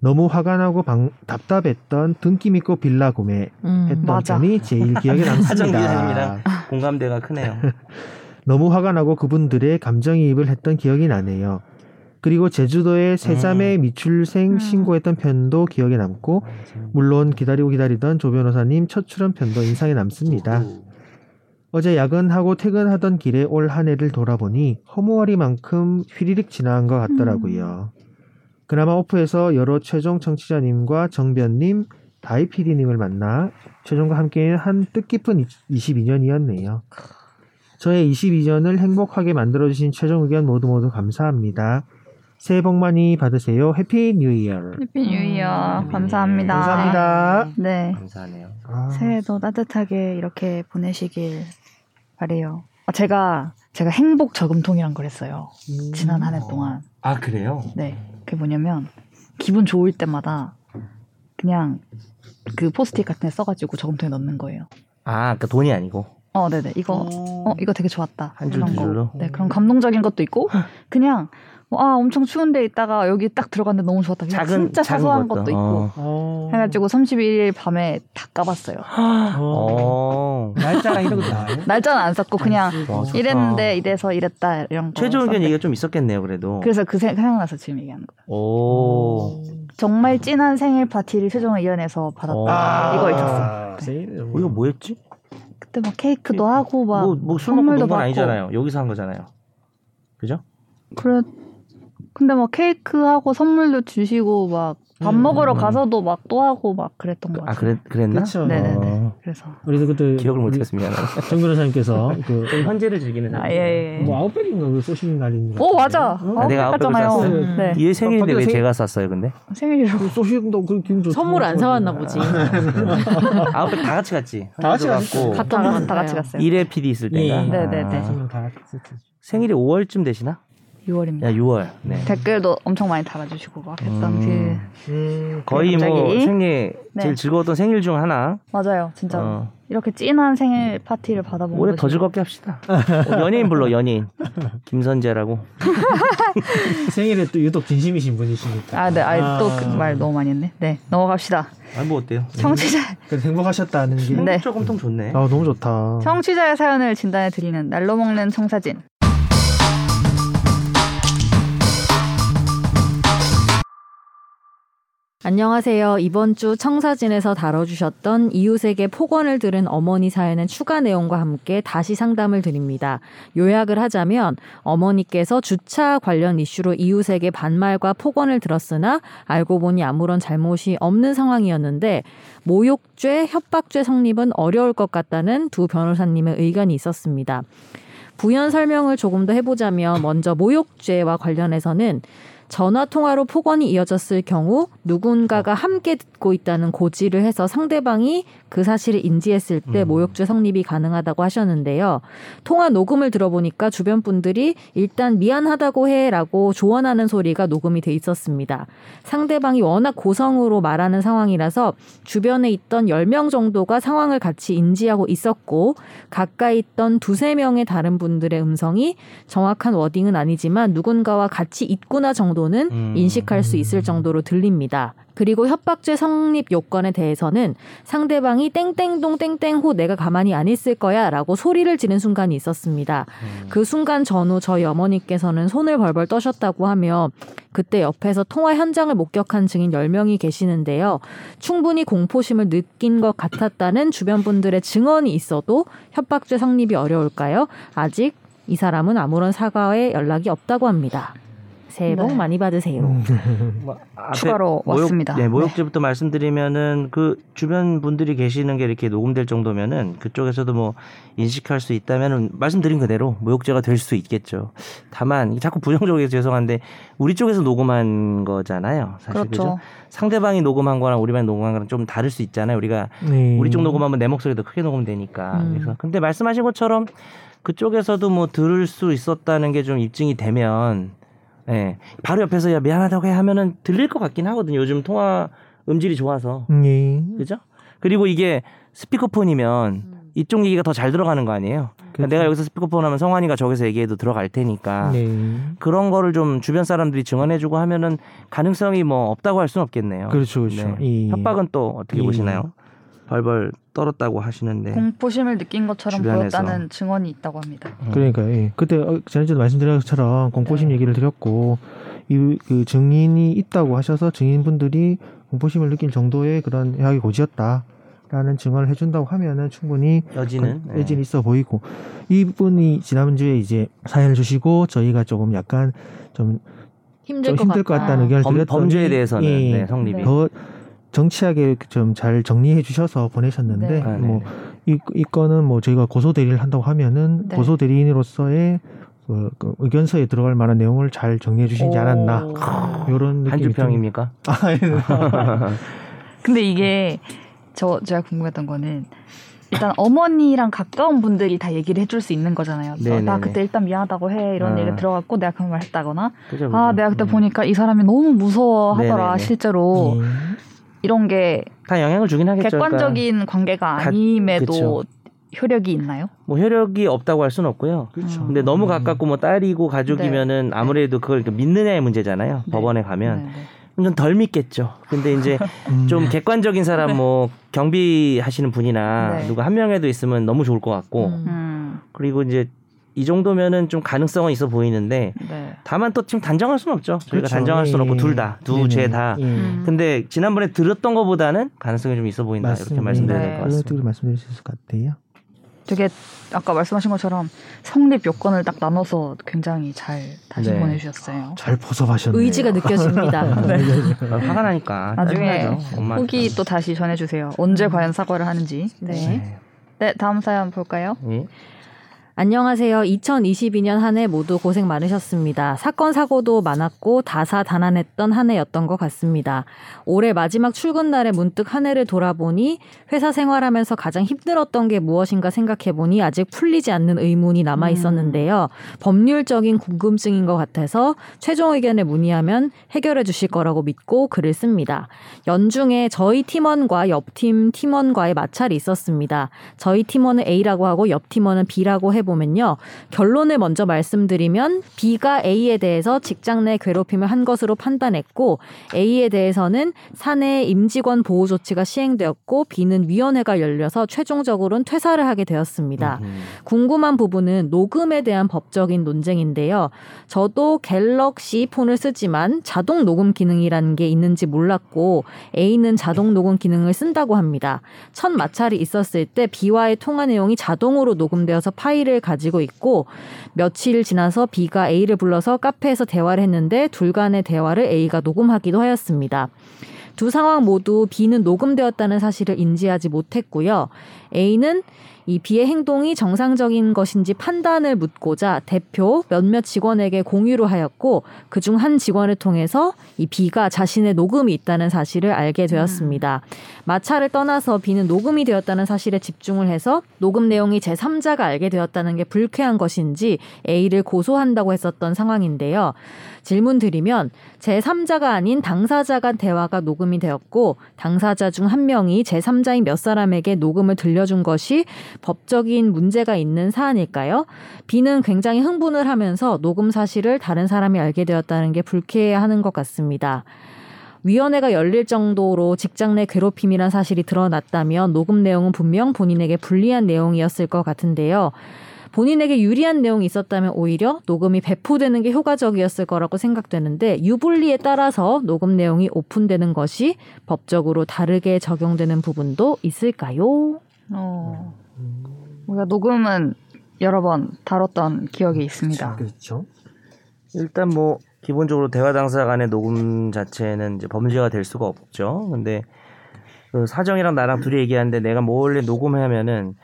D: 너무 화가 나고 방- 답답했던 등기 믿고 빌라 구매했던
C: 음.
A: 맞아.
D: 점이 제일 기억에
B: 하정
D: 남습니다.
B: 기자님이랑 공감대가 크네요.
D: 너무 화가 나고 그분들의 감정이입을 했던 기억이 나네요. 그리고 제주도에 세자매 미출생
A: 음.
D: 신고했던 편도 기억에 남고 물론 기다리고 기다리던 조 변호사님 첫 출연 편도 인상에 남습니다. 어제 야근하고 퇴근하던 길에 올 한 해를 돌아보니 허무하리만큼 휘리릭 지나간 것 같더라고요.
A: 음.
D: 그나마 오프에서 여러 최종 청취자님과 정변님, 다이피디님을 만나 최종과 함께한 한 뜻깊은 22년이었네요. 저의 22년을 행복하게 만들어주신 최종 의견 모두 모두 감사합니다. 새해 복 많이 받으세요. 해피 뉴 이어.
A: 해피 뉴 이어.
B: 음.
A: 감사합니다.
D: 감사합니다.
A: 네.
B: 감사하네요.
D: 아,
A: 새해도 따뜻하게 이렇게 보내시길 바래요. 아, 제가 제가 행복 저금통이란 걸 했어요.
D: 음.
A: 지난 한 해 동안.
B: 아 그래요?
A: 네. 그게 뭐냐면 기분 좋을 때마다 그냥 그 포스트잇 같은 데 써가지고 저금통에 넣는 거예요.
B: 아 그러니까 돈이 아니고
A: 어, 네네. 이거 어 이거 되게 좋았다.
B: 한 줄,
A: 이런
B: 두
A: 거.
B: 줄로? 음.
A: 네, 그런 감동적인 것도 있고 그냥 뭐, 아 엄청 추운데 있다가 여기 딱 들어갔는데 너무 좋았다. 그냥
B: 작은
A: 진짜
B: 작은
A: 사소한 것도, 있고
B: 어.
D: 어.
A: 해가지고 31일 밤에 다 까봤어요.
D: 어.
B: 어.
D: 날짜랑 이런 거 나와요?
A: 날짜는 안 썼고 그냥
D: 아.
B: 와, 좋다.
A: 이랬는데 이래서 이랬다 이런 거.
B: 최종 의견
A: 썼는데.
B: 얘기가 좀 있었겠네요 그래도.
A: 어,
B: 음.
A: 그래서 그 생- 생각나서 지금 얘기하는 거예요.
B: 오.
A: 어. 예. 정말 진한 생일 파티를 최종 의견에서
B: 어.
A: 받았다. 이거 있었어.
D: 아, 네.
B: 어, 이거 뭐였지?
A: 그때 막 케이크도 하고 막
B: 뭐 뭐 술 먹고
A: 선물도
B: 논건
A: 받고.
B: 아니잖아요. 여기서 한 거잖아요. 그죠?
A: 그래. 근데 막 케이크하고 선물도 주시고 막 밥
D: 음,
A: 먹으러
B: 음.
A: 가서도 막 또 하고 막 그랬던 것
B: 아
A: 같아요.
B: 그랬 그랬나?
D: 그쵸.
A: 네네네.
B: 어.
A: 그래서
D: 우리도 그때
B: 기억을
D: 우리
B: 못했습니다.
D: 정 변호사님께서 그
B: 현재를 즐기는.
A: 아 예. 예.
D: 뭐 아웃백인가 네. 그 소식인 날인 거.
A: 오 맞아.
D: 같은데.
A: 어,
B: 내가
A: 똑같잖아요.
B: 아웃백을
D: 샀어요.
A: 네.
B: 얘 생일인데
E: 바뀌어서
B: 왜
E: 생일-
B: 제가 샀어요 근데?
A: 생일이로.
D: 그 소식도 그 기분 네. 좋.
C: 선물 안 사왔나 보지.
B: 아웃백 다 같이 갔지.
D: 다 같이
B: 갔고.
C: 갔다
A: 다,
C: 왔어요.
A: 같이- 다 같이 갔어요.
B: 일회 PD 있을 때인가?
D: 예.
A: 네. 네네네.
B: 아,
D: 정말 다 같이.
B: 생일이 5월쯤 되시나?
A: 6월입니다.
B: 야 6월. 네.
A: 댓글도 엄청 많이 달아주시고 막 했던
B: 음.
A: 그
B: 거의 뭐
A: 갑자기.
B: 생일
A: 네.
B: 제일 즐거웠던 생일 중 하나.
A: 맞아요 진짜
B: 어,
A: 이렇게 찐한 생일 파티를 받아본
B: 올해 더
A: 것이
B: 즐겁게 합시다. 어, 연예인 불러 연예인. 김선재라고.
D: 그 생일에 또 유독 진심이신 분이시니까.
A: 아네
D: 아.
A: 아, 또말 너무 많이 했네 네 넘어갑시다
B: 아 뭐 어때요?
A: 청취자
D: 그래도 행복하셨다는 게.
A: 네.
B: 조금 통 좋네.
E: 아 너무 좋다.
B: 어.
A: 청취자의 사연을 진단해 드리는 날로 먹는 청사진
C: 안녕하세요. 이번 주 청사진에서 다뤄주셨던 이웃에게 폭언을 들은 어머니 사연의 추가 내용과 함께 다시 상담을 드립니다. 요약을 하자면 어머니께서 주차 관련 이슈로 이웃에게 반말과 폭언을 들었으나 알고 보니 아무런 잘못이 없는 상황이었는데 모욕죄, 협박죄 성립은 어려울 것 같다는 두 변호사님의 의견이 있었습니다. 부연 설명을 조금 더 해보자면 먼저 모욕죄와 관련해서는 전화 통화로 폭언이 이어졌을 경우 누군가가 함께 듣고 있다는 고지를 해서 상대방이 그 사실을 인지했을 때
B: 음.
C: 모욕죄 성립이 가능하다고 하셨는데요. 통화 녹음을 들어보니까 주변 분들이 일단 미안하다고 해라고 조언하는 소리가 녹음이 돼 있었습니다. 상대방이 워낙 고성으로 말하는 상황이라서 주변에 있던 10명 정도가 상황을 같이 인지하고 있었고 가까이 있던 두세 명의 다른 분들의 음성이 정확한 워딩은 아니지만 누군가와 같이 있구나 정도는
B: 음.
C: 인식할 수 있을 정도로 들립니다. 그리고 협박죄 성립 요건에 대해서는 상대방이 땡땡동 땡땡호 내가 가만히 안 있을 거야 라고 소리를 지른 순간이 있었습니다. 그 순간 전후 저희 어머니께서는 손을 벌벌 떠셨다고 하며 그때 옆에서 통화 현장을 목격한 증인 10명이 계시는데요. 충분히 공포심을 느낀 것 같았다는 주변 분들의 증언이 있어도 협박죄 성립이 어려울까요? 아직 이 사람은 아무런 사과의 연락이 없다고 합니다. 새해 복
A: 네.
C: 많이 받으세요.
D: 음,
B: 뭐, 앞에
A: 추가로
B: 모욕-
A: 왔습니다.
B: 네, 모욕죄부터 말씀드리면은 그 주변 분들이 계시는 게 이렇게 녹음될 정도면은 그쪽에서도 뭐 인식할 수 있다면은 말씀드린 그대로 모욕죄가 될 수 있겠죠. 다만 자꾸 부정적이어서 죄송한데 우리 쪽에서 녹음한 거잖아요. 사실 그죠?
A: 그렇죠
B: 상대방이 녹음한 거랑 우리만 녹음한 거랑 좀 다를 수 있잖아요. 우리가
D: 네.
B: 우리 쪽 녹음하면 내 목소리도 크게 녹음되니까.
C: 음.
B: 그래서 근데 말씀하신 것처럼 그쪽에서도 뭐 들을 수 있었다는 게 좀 입증이 되면 예. 바로 옆에서 야 미안하다고 해 하면은 들릴 것 같긴 하거든요. 요즘 통화 음질이 좋아서.
D: 네.
B: 그죠? 그리고 이게 스피커폰이면 이쪽 얘기가 더 잘 들어가는 거 아니에요. 음. 그러니까 내가 여기서 스피커폰 하면 성환이가 저기서 얘기해도 들어갈 테니까.
D: 네.
B: 그런 거를 좀 주변 사람들이 증언해주고 하면은 가능성이 뭐 없다고 할 수는 없겠네요.
D: 그렇죠, 그렇죠.
B: 네.
D: 예.
B: 협박은 또 어떻게
D: 예.
B: 보시나요? 벌벌 떨었다고 하시는데
A: 공포심을 느낀 것처럼
B: 네. 주변에서.
A: 보였다는 증언이 있다고 합니다
B: 음.
D: 그러니까 예. 그때 어, 지난주에 말씀드린 것처럼 공포심
A: 네.
D: 얘기를 드렸고 이 그 증인이 있다고 하셔서 증인분들이 공포심을 느낄 정도의 그런 약이 고지였다라는 증언을 해준다고 하면은 충분히
B: 여지는 네.
D: 그 여지는 있어 보이고 이분이 지난주에 이제 사연을 주시고 저희가 조금 약간 좀,
C: 힘들
D: 좀
C: 것,
D: 힘들 것
C: 같다.
D: 같다는 의견을
B: 범,
D: 드렸더니
B: 범죄에 대해서는
D: 예,
B: 네, 성립이
A: 네.
D: 더 정치하게 좀 잘 정리해 주셔서 보내셨는데
A: 네.
B: 아, 네.
D: 뭐 이, 이 건은 뭐 저희가 고소 대리를 한다고 하면은
A: 네.
D: 고소 대리인으로서의 그, 그 의견서에 들어갈 만한 내용을 잘 정리해 주시지 않았나 이런
B: 한
D: 느낌이 좀-
B: 줄평입니까?
D: 아, 예.
A: 근데 이게 저 제가 궁금했던 거는 일단 어머니랑 가까운 분들이 다 얘기를 해줄 수 있는 거잖아요. 그래서
B: 네네네.
A: 나 그때 일단 미안하다고 해 이런
B: 아.
A: 얘기 들어갔고 내가 그런 말 했다거나
B: 그죠, 그죠.
A: 아 내가 그때
B: 음.
A: 보니까 이 사람이 너무 무서워하더라
B: 네네네.
D: 예.
A: 실제로
B: 음.
A: 이런 게
B: 다 영향을 주긴 하겠죠. 그러니까
A: 객관적인 관계가
B: 가-
A: 아님에도
B: 그쵸.
A: 효력이 있나요?
B: 뭐 혈액이 없다고 할 수는 없고요.
A: 그렇죠.
D: 아,
B: 근데
D: 음.
B: 너무
D: 네.
B: 가깝고 뭐 딸이고 가족이면은 아무래도 그걸 이렇게 믿느냐의 문제잖아요.
A: 네.
B: 법원에 가면
A: 네네.
B: 좀 덜 믿겠죠. 근데 이제
D: 네. 음.
B: 좀 객관적인 사람 뭐 경비하시는 분이나
A: 네.
B: 누가 한 명에도 있으면 너무 좋을 것 같고
D: 어.
C: 음.
A: 음,
B: 그리고 이제 이 정도면은 좀 가능성은 있어 보이는데
A: 네.
B: 다만 또 지금 단정할 수는 없죠. 저희가
D: 그렇죠.
B: 단정할 수는
D: 예,
B: 없고
D: 예.
B: 둘 다 두
D: 네네.
B: 죄 다.
D: 예.
A: 음.
B: 근데 지난번에 들었던 것보다는 가능성이 좀 있어 보인다
D: 맞습니다.
B: 이렇게 말씀드려야 될
A: 네.
B: 것
D: 그런
B: 같습니다.
D: 식으로 말씀드릴 수 있을 것 같아요.
A: 되게 아까 말씀하신 것처럼 성립 요건을 딱 나눠서 굉장히 잘 다시
B: 네.
A: 보내주셨어요.
D: 잘 벗어가셨네요.
C: 의지가 느껴집니다.
D: 네.
B: 아, 화가 나니까
A: 나중에
B: 짜증나죠. 엄마한테.
A: 후기 또 다시 전해주세요. 언제 과연 사과를 하는지.
C: 음. 네.
A: 네, 다음 사연 볼까요?
B: 예.
C: 안녕하세요. 2022년 한 해 모두 고생 많으셨습니다. 사건 사고도 많았고 다사다난했던 한 해였던 것 같습니다. 올해 마지막 출근 날에 문득 한 해를 돌아보니 회사 생활하면서 가장 힘들었던 게 무엇인가 생각해 보니 아직 풀리지 않는 의문이 남아 있었는데요. 법률적인 궁금증인 것 같아서 최종 의견을 문의하면 해결해 주실 거라고 믿고 글을 씁니다. 연중에 저희 팀원과 옆팀 팀원과의 마찰이 있었습니다. 저희 팀원은 A라고 하고 옆 팀원은 B라고 해보면요. 결론을 먼저 말씀드리면 B가 A에 대해서 직장 내 괴롭힘을 한 것으로 판단했고 A에 대해서는 사내 임직원 보호 조치가 시행되었고 B는 위원회가 열려서 최종적으로는 퇴사를 하게 되었습니다.
B: 음.
C: 궁금한 부분은 녹음에 대한 법적인 논쟁인데요. 저도 갤럭시 폰을 쓰지만 자동 녹음 기능이라는 게 있는지 몰랐고 A는 자동 녹음 기능을 쓴다고 합니다. 첫 마찰이 있었을 때 B와의 통화 내용이 자동으로 녹음되어서 파일을 가지고 있고 며칠 지나서 B가 A를 불러서 카페에서 대화를 했는데 둘 간의 대화를 A가 녹음하기도 하였습니다. 두 상황 모두 B는 녹음되었다는 사실을 인지하지 못했고요. A는 이 B의 행동이 정상적인 것인지 판단을 묻고자 대표 몇몇 직원에게 공유를 하였고 그중 한 직원을 통해서 이 B가 자신의 녹음이 있다는 사실을 알게 되었습니다. 마찰을 떠나서 B는 녹음이 되었다는 사실에 집중을 해서 녹음 내용이 제3자가 알게 되었다는 게 불쾌한 것인지 A를 고소한다고 했었던 상황인데요. 질문 드리면 제3자가 아닌 당사자 간 대화가 녹음이 되었고 당사자 중 한 명이 제3자인 몇 사람에게 녹음을 들려준 것이 법적인 문제가 있는 사안일까요? B는 굉장히 흥분을 하면서 녹음 사실을 다른 사람이 알게 되었다는 게 불쾌해하는 것 같습니다. 위원회가 열릴 정도로 직장 내 괴롭힘이란 사실이 드러났다면 녹음 내용은 분명 본인에게 불리한 내용이었을 것 같은데요. 본인에게 유리한 내용이 있었다면 오히려 녹음이 배포되는 게 효과적이었을 거라고 생각되는데 유불리에 따라서 녹음 내용이 오픈되는 것이 법적으로 다르게 적용되는 부분도 있을까요?
A: 어, 우리가 녹음은 여러 번 다뤘던 기억이 있습니다.
D: 그렇죠.
B: 일단 뭐 기본적으로 대화 당사 간의 녹음 자체는 이제 범죄가 될 수가 없죠. 근데 그 사정이랑 나랑 둘이 얘기하는데 내가 몰래 녹음하면은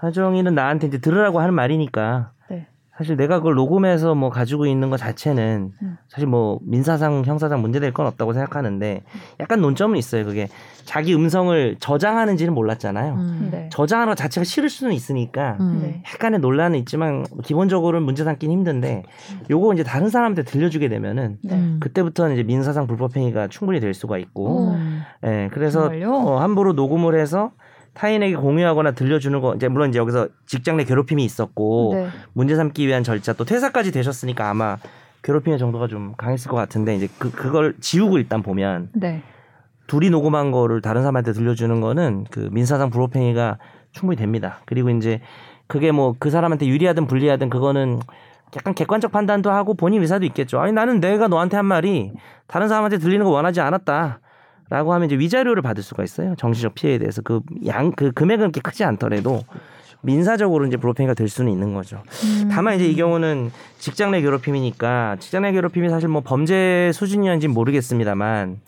B: 사정이는 나한테 이제 들으라고 하는 말이니까
A: 네.
B: 사실 내가 그걸 녹음해서 뭐 가지고 있는 것 자체는
A: 음.
B: 사실 뭐 민사상 형사상 문제될 건 없다고 생각하는데 약간 논점은 있어요. 그게 자기 음성을 저장하는지는 몰랐잖아요.
C: 음.
A: 네.
B: 저장하는 것 자체가 싫을 수는 있으니까
C: 음.
A: 네.
B: 약간의 논란은 있지만 기본적으로는 문제 삼긴 힘든데 요거 이제 다른 사람한테 들려주게
C: 음.
B: 되면은
A: 네.
B: 그때부터는 이제 민사상 불법행위가 충분히 될 수가 있고
C: 음.
B: 예 그래서
A: 어, 정말요?
B: 어, 함부로 녹음을 해서 타인에게 공유하거나 들려주는 거 이제 물론 이제 여기서 직장 내 괴롭힘이 있었고
A: 네.
B: 문제 삼기 위한 절차 또 퇴사까지 되셨으니까 아마 괴롭힘의 정도가 좀 강했을 것 같은데 이제 그 그걸 지우고 일단 보면
A: 네.
B: 둘이 녹음한 거를 다른 사람한테 들려주는 거는 그 민사상 불법행위가 충분히 됩니다. 그리고 이제 그게 뭐 그 사람한테 유리하든 불리하든 그거는 약간 객관적 판단도 하고 본인 의사도 있겠죠. 아니 나는 내가 너한테 한 말이 다른 사람한테 들리는 거 원하지 않았다. 라고 하면 이제 위자료를 받을 수가 있어요. 정신적 피해에 대해서 그 양 그 금액은 그렇게 크지 않더라도 민사적으로 이제 불법행위가 될 수는 있는 거죠.
A: 음.
B: 다만 이제 이 경우는 직장 내 괴롭힘이니까 직장 내 괴롭힘이 사실 뭐 범죄 수준이었는지 는 모르겠습니다만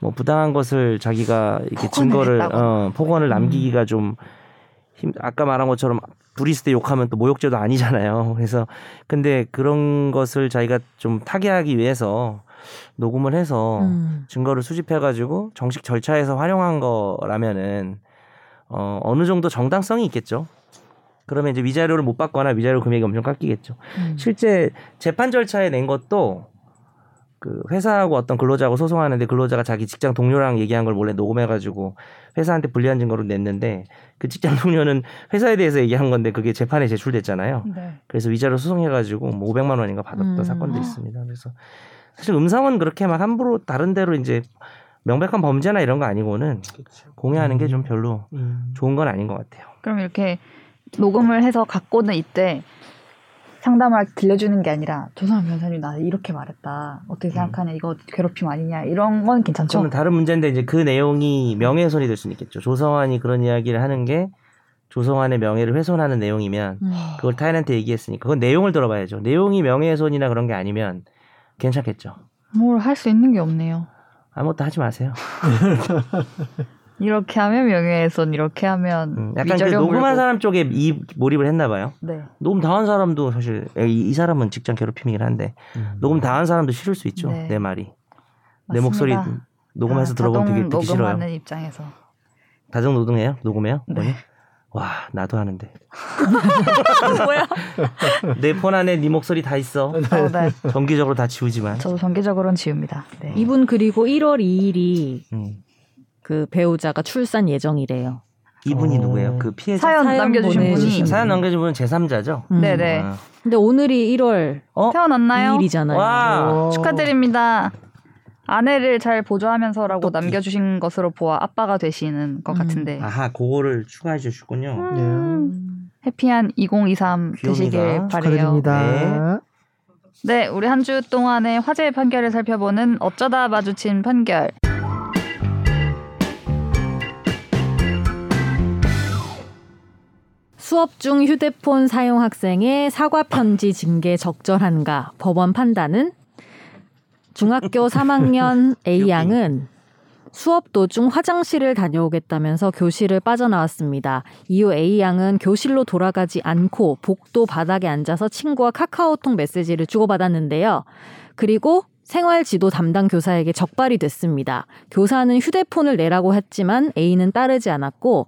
B: 뭐 부당한 것을 자기가 이렇게
A: 폭언을
B: 증거를
A: 했다거나.
B: 어, 폭언을 남기기가 좀 힘, 아까 말한 것처럼 브리스 때 욕하면 또 모욕죄도 아니잖아요. 그래서 근데 그런 것을 자기가 좀 타개하기 위해서 녹음을 해서
C: 음.
B: 증거를 수집해 가지고 정식 절차에서 활용한 거라면은 어, 어느 정도 정당성이 있겠죠. 그러면 이제 위자료를 못 받거나 위자료 금액이 엄청 깎이겠죠.
C: 음.
B: 실제 재판 절차에 낸 것도 그 회사하고 어떤 근로자하고 소송하는데 근로자가 자기 직장 동료랑 얘기한 걸 몰래 녹음해가지고 회사한테 불리한 증거로 냈는데 그 직장 동료는 회사에 대해서 얘기한 건데 그게 재판에 제출됐잖아요.
A: 네.
B: 그래서 위자료 수송해가지고 뭐 500만 원인가 받았던
C: 음.
B: 사건도 있습니다. 그래서 사실 음성은 그렇게 막 함부로 다른 데로 이제 명백한 범죄나 이런 거 아니고는
D: 그렇죠.
B: 공유하는
D: 음.
B: 게 좀 별로 좋은 건 아닌 것 같아요.
A: 그럼 이렇게 녹음을 해서 갖고는 이때 상담할 때 들려주는 게 아니라 조선 변호사님 나 이렇게 말했다 어떻게
B: 음.
A: 생각하냐 이거 괴롭힘 아니냐 이런 건 괜찮죠?
B: 저는 다른 문제인데 이제 그 내용이 명예훼손이 될 수는 있겠죠. 조성환이 그런 이야기를 하는 게 조성환의 명예를 훼손하는 내용이면
C: 음.
B: 그걸 타인한테 얘기했으니까 그건 내용을 들어봐야죠. 내용이 명예훼손이나 그런 게 아니면 괜찮겠죠.
A: 뭘 할 수 있는 게 없네요.
B: 아무것도 하지 마세요.
A: 이렇게 하면 명예훼손 이렇게 하면
B: 음, 약간 그
A: 위자료
B: 녹음한
A: 물고.
B: 사람 쪽에 이 몰입을 했나 봐요.
A: 네.
B: 녹음 당한 사람도 사실 이, 이 사람은 직장 괴롭힘이긴 한데 녹음 당한 사람도 싫을 수 있죠.
A: 네.
B: 내 말이 내
A: 맞습니다.
B: 목소리 녹음해서
A: 아,
B: 들어보면
A: 자동
B: 되게 듣기 싫어요.
A: 녹음하는 입장에서
B: 다정 노동해요? 녹음해요?
A: 네.
B: 뭐니? 와 나도 하는데
C: 뭐야?
B: 내 폰 안에 네 목소리 다 있어.
A: 어, 네.
B: 정기적으로 다 지우지만.
A: 저도 정기적으로는 지웁니다. 네.
C: 이분 그리고 1월 2일이
B: 음.
C: 그 배우자가 출산 예정이래요.
B: 이분이
E: 어.
B: 누구예요? 그 피해자.
A: 사연,
C: 사연
A: 남겨주신 분이
C: 보내주신
B: 사연 남겨준 분은 제3자죠?
C: 음.
A: 네네.
B: 아.
C: 근데 오늘이 1월
B: 어?
A: 태어났나요?
C: 2일이잖아요.
B: 와.
A: 축하드립니다. 아내를 잘 보조하면서라고 남겨주신 것으로 보아 아빠가 되시는 것
C: 음.
A: 같은데
B: 아하, 그거를 추가해 주셨군요.
A: 음, 해피한 2023 되시길
B: 귀엽니다.
A: 바래요.
E: 축하드립니다.
A: 네, 우리 한 주 동안의 화제의 판결을 살펴보는 어쩌다 마주친 판결.
C: 수업 중 휴대폰 사용 학생의 사과 편지 징계 적절한가 법원 판단은 중학교 3학년 A 양은 수업 도중 화장실을 다녀오겠다면서 교실을 빠져나왔습니다. 이후 A 양은 교실로 돌아가지 않고 복도 바닥에 앉아서 친구와 카카오톡 메시지를 주고받았는데요. 그리고 생활 지도 담당 교사에게 적발이 됐습니다. 교사는 휴대폰을 내라고 했지만 A는 따르지 않았고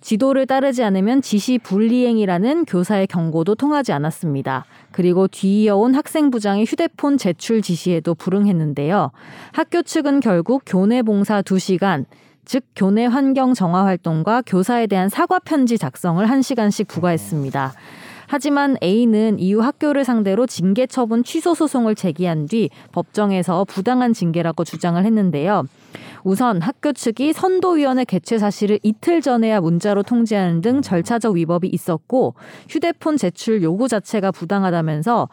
C: 지도를 따르지 않으면 지시 불이행이라는 교사의 경고도 통하지 않았습니다. 그리고 뒤이어온 학생부장의 휴대폰 제출 지시에도 불응했는데요. 학교 측은 결국 교내 봉사 2시간, 즉 교내 환경 정화 활동과 교사에 대한 사과 편지 작성을 1시간씩 부과했습니다. 하지만 A는 이후 학교를 상대로 징계 처분 취소 소송을 제기한 뒤 법정에서 부당한 징계라고 주장을 했는데요. 우선 학교 측이 선도위원회 개최 사실을 이틀 전에야 문자로 통지하는 등 절차적 위법이 있었고 휴대폰 제출 요구 자체가 부당하다면서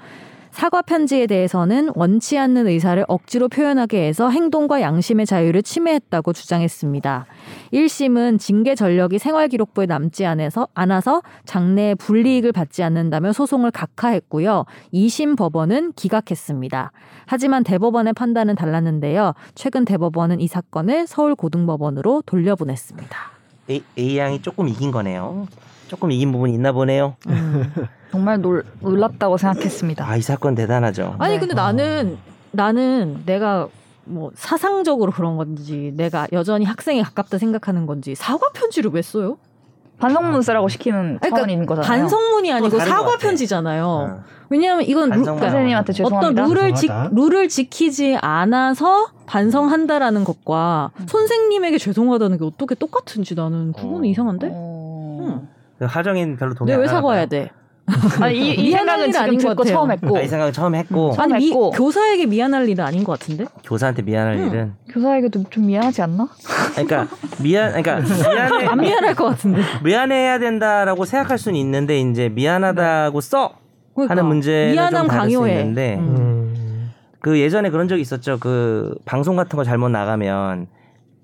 C: 사과 편지에 대해서는 원치 않는 의사를 억지로 표현하게 해서 행동과 양심의 자유를 침해했다고 주장했습니다. 1심은 징계 전력이 생활기록부에 남지 않아서, 않아서 장래의 불이익을 받지 않는다며 소송을 각하했고요. 2심 법원은 기각했습니다. 하지만 대법원의 판단은 달랐는데요. 최근 대법원은 이 사건을 서울고등법원으로 돌려보냈습니다.
B: A, A 양이 조금 이긴 거네요. 조금 이긴 부분이 있나 보네요.
A: 정말 놀, 놀랍다고 생각했습니다.
B: 아, 이 사건 대단하죠.
C: 아니
A: 네.
C: 근데 나는 나는 내가 뭐 사상적으로 그런 건지 내가 여전히 학생에 가깝다 생각하는 건지 사과 편지를 왜 써요?
A: 반성문 쓰라고 시키는
C: 그러니까
A: 차원인 거잖아요.
C: 반성문이 아니고
B: 다른 것
C: 사과
B: 같아.
C: 편지잖아요.
B: 아,
C: 왜냐하면 이건 루,
B: 반성문.
C: 그러니까
A: 선생님한테
C: 어떤
A: 죄송합니다.
C: 룰을 지,
E: 죄송하다.
C: 룰을 지키지 않아서 반성한다라는 것과
A: 음.
C: 선생님에게 죄송하다는 게 어떻게 똑같은지 나는 그거는
B: 어.
C: 이상한데.
A: 어...
C: 응.
B: 음. 그 하정이는 별로 동의 안
C: 내가 네, 왜
B: 하나
C: 사과해야
B: 봐요.
C: 돼?
A: 아니, 이, 이
C: 미안한
A: 생각은
C: 일
A: 지금
C: 아닌 것
A: 듣고
C: 같아요.
A: 처음 했고
B: 아, 이 생각 처음 했고
A: 음.
C: 아니 미-
A: 했고.
C: 교사에게 미안할 일은 아닌 것 같은데.
B: 교사한테 미안할
C: 음.
B: 일은
A: 교사에게도 좀 미안하지 않나? 뭐
B: 그러니까 미안 그러니까 미안해
C: 아, 안 미안할 것 같은데.
B: 미안해야 된다라고 생각할 수는 있는데 이제 미안하다고 써
C: 그러니까
B: 하는 문제는
C: 미안함
B: 좀 다를 수
C: 강요해.
B: 있는데
C: 음.
E: 음.
B: 그 예전에 그런 적이 있었죠. 그 방송 같은 거 잘못 나가면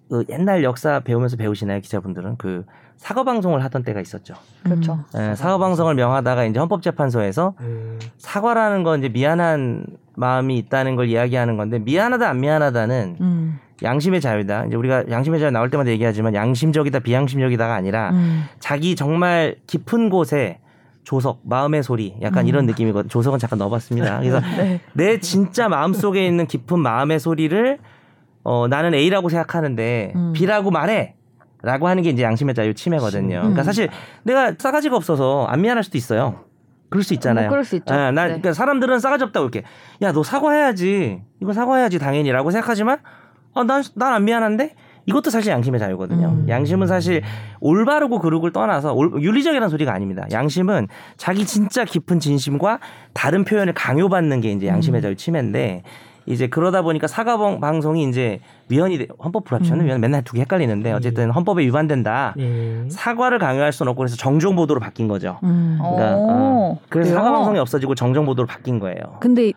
B: 그 옛날 역사 배우면서 배우시나요 기자분들은 그 사과 방송을 하던 때가 있었죠.
A: 그렇죠.
B: 예, 사과 방송을 명하다가 이제 헌법재판소에서
E: 음.
B: 사과라는 건 이제 미안한 마음이 있다는 걸 이야기하는 건데 미안하다 안 미안하다는
C: 음.
B: 양심의 자유다. 이제 우리가 양심의 자유 나올 때마다 얘기하지만 양심적이다 비양심적이다가 아니라
C: 음.
B: 자기 정말 깊은 곳에 조석, 마음의 소리, 약간
C: 음.
B: 이런 느낌이거든요. 조석은 잠깐 넣어봤습니다. 그래서
C: 네.
B: 내 진짜 마음속에 있는 깊은 마음의 소리를 어, 나는 A라고 생각하는데
C: 음.
B: B라고 말해. 라고 하는 게 이제 양심의 자유 침해거든요. 그러니까 사실 내가 싸가지가 없어서 안 미안할 수도 있어요. 그럴 수 있잖아요.
A: 뭐 그럴 수 있죠.
B: 아, 나
A: 네.
B: 그러니까 사람들은 싸가지 없다고 이렇게 야 너 사과해야지 이거 사과해야지 당연히라고 생각하지만 어, 아난난 안 미안한데 이것도 사실 양심의 자유거든요.
C: 음.
B: 양심은 사실 올바르고 그르고를 떠나서 올- 윤리적이라는 소리가 아닙니다. 양심은 자기 진짜 깊은 진심과 다른 표현을 강요받는 게 이제 양심의 자유 침해인데 이제 그러다 보니까 사과 방- 방송이 이제 위헌이 돼- 헌법 불합치는 위헌 맨날 두 개 헷갈리는데 어쨌든 헌법에 위반된다.
E: 예.
B: 사과를 강요할 수는 없고 그래서 정정 보도로 바뀐 거죠.
C: 음.
B: 그러니까,
A: 오,
B: 어. 그래서
C: 네.
A: 그래요?
B: 사과 방송이 없어지고 정정 보도로 바뀐 거예요.
C: 근데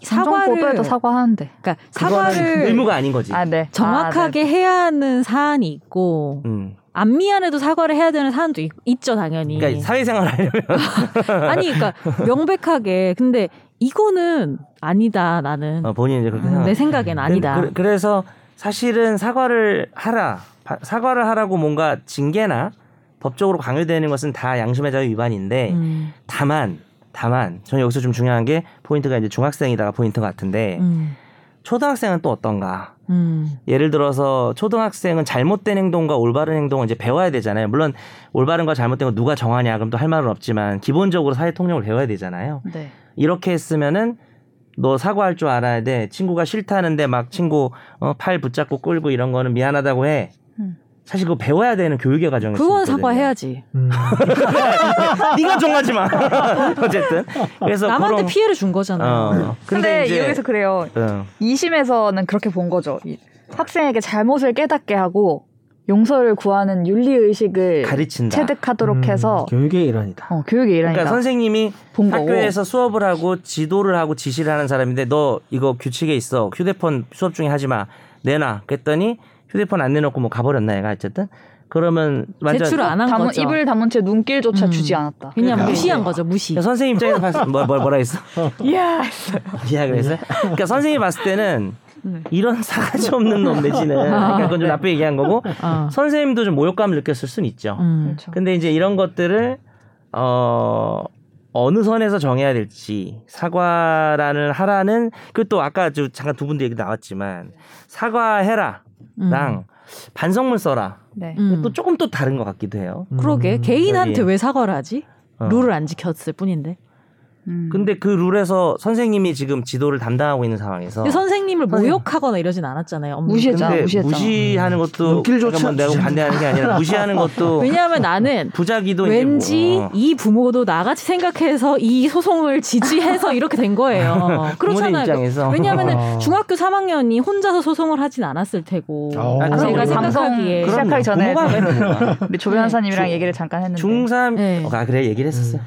A: 사과를
C: 사과를
A: 보도에도 사과하는데.
C: 그러니까
B: 그거는
C: 사과를
B: 의무가 아닌 거지.
A: 아, 네.
C: 정확하게 해야 하는 사안이 있고
B: 음.
C: 안 미안해도 사과를 해야 되는 사안도 있, 죠 당연히.
B: 그러니까 사회생활 하려면
C: 아니 그러니까 명백하게 근데 이거는 아니다 나는
B: 어, 본인이 이제 그렇게
C: 음,
B: 생각.
C: 내 생각엔 아니다.
B: 그, 래서 사실은 사과를 하라 바- 사과를 하라고 뭔가 징계나 법적으로 강요되는 것은 다 양심의 자유 위반인데
C: 음,
B: 다만 다만 저는 여기서 좀 중요한 게 포인트가 이제 중학생이다가 포인트 같은데
C: 음,
B: 초등학생은 또 어떤가?
C: 음,
B: 예를 들어서 초등학생은 잘못된 행동과 올바른 행동을 이제 배워야 되잖아요. 물론 올바른과 잘못된 거 누가 정하냐 그럼 또 할 말은 없지만 기본적으로 사회 통념을 배워야 되잖아요.
A: 네.
B: 이렇게 했으면은 너 사과할 줄 알아야 돼. 친구가 싫다는데 막 친구 어, 팔 붙잡고 끌고 이런 거는 미안하다고 해.
A: 음.
B: 사실 그거 배워야 되는 교육의 과정이
C: 그건 사과해야지.
E: 음.
B: 아. 네가 정하지 마. 어쨌든 그래서
C: 남한테
B: 그런-
C: 피해를 준 거잖아요.
B: 어.
A: 근데,
B: 근데 이제
A: 여기서 그래요.
B: 어.
A: 2심에서는 그렇게 본 거죠. 이- 학생에게 잘못을 깨닫게 하고 용서를 구하는 윤리의식을
B: 가르친다.
D: 음,
A: 체득하도록 해서
E: 교육의 일환이다.
A: 어, 교육의 일환이다.
B: 그러니까 선생님이
A: 본 거고.
B: 학교에서 수업을 하고 지도를 하고 지시를 하는 사람인데 너 이거 규칙에 있어 휴대폰 수업 중에 하지 마 내놔 그랬더니 휴대폰 안 내놓고 뭐 가버렸나 얘가 어쨌든 그러면 완전
C: 제출을 아, 안 한
A: 담은-
C: 거죠.
A: 입을 다문 채 눈길조차
C: 음.
A: 주지 않았다.
C: 그냥
B: 그러니까.
C: 무시한 거죠 무시.
B: 선생님 입장에서 봤을 뭐, 뭐, 뭐라 했어
A: 이야.
B: 이야 그래서 그러니까 선생님이 봤을 때는
C: 네.
B: 이런 사가지 없는 놈 내지는 그러니까 그건 좀 나쁘게 얘기한 거고
C: 어.
B: 선생님도 좀 모욕감을 느꼈을 수는 있죠
C: 음.
A: 그렇죠.
B: 근데 이제 이런 것들을 어 어느 선에서 정해야 될지 사과라는 하라는 그 또 아까 저 잠깐 두 분도 얘기 나왔지만 사과해라랑
C: 음.
B: 반성문 써라
A: 네.
C: 음.
B: 또 조금 또 다른 것 같기도 해요.
C: 그러게 개인한테
B: 여기.
C: 왜 사과를 하지?
B: 어.
C: 룰을 안 지켰을 뿐인데.
A: 음.
B: 근데 그 룰에서 선생님이 지금 지도를 담당하고 있는 상황에서
C: 근데 선생님을
B: 어. 선생님.
C: 모욕하거나 이러진 않았잖아요. 업무.
A: 무시했죠.
B: 근데
A: 무시했잖아.
B: 무시하는 것도
E: 눈길조차
B: 잠깐만 내가
E: 주지
B: 반대하는 게 아니라 무시하는 것도
C: 왜냐하면 나는
B: 부작이도
C: 왠지
B: 이제 뭐, 어.
C: 이 부모도 나같이 생각해서 이 소송을 지지해서 이렇게 된 거예요.
B: 부모님
C: 그렇잖아요.
B: 입장에서
C: 왜냐하면
E: 어.
C: 중학교 3학년이 혼자서 소송을 하진 않았을 테고
E: 어. 아,
C: 제가
B: 그럼요.
C: 생각하기에
A: 그럼- 시작하기 전에
B: 부모가 왜 그러는가.
A: 우리 조변 변사님이랑 얘기를 잠깐 했는데
B: 중3
C: 네.
B: 아 그래 얘기를 했었어.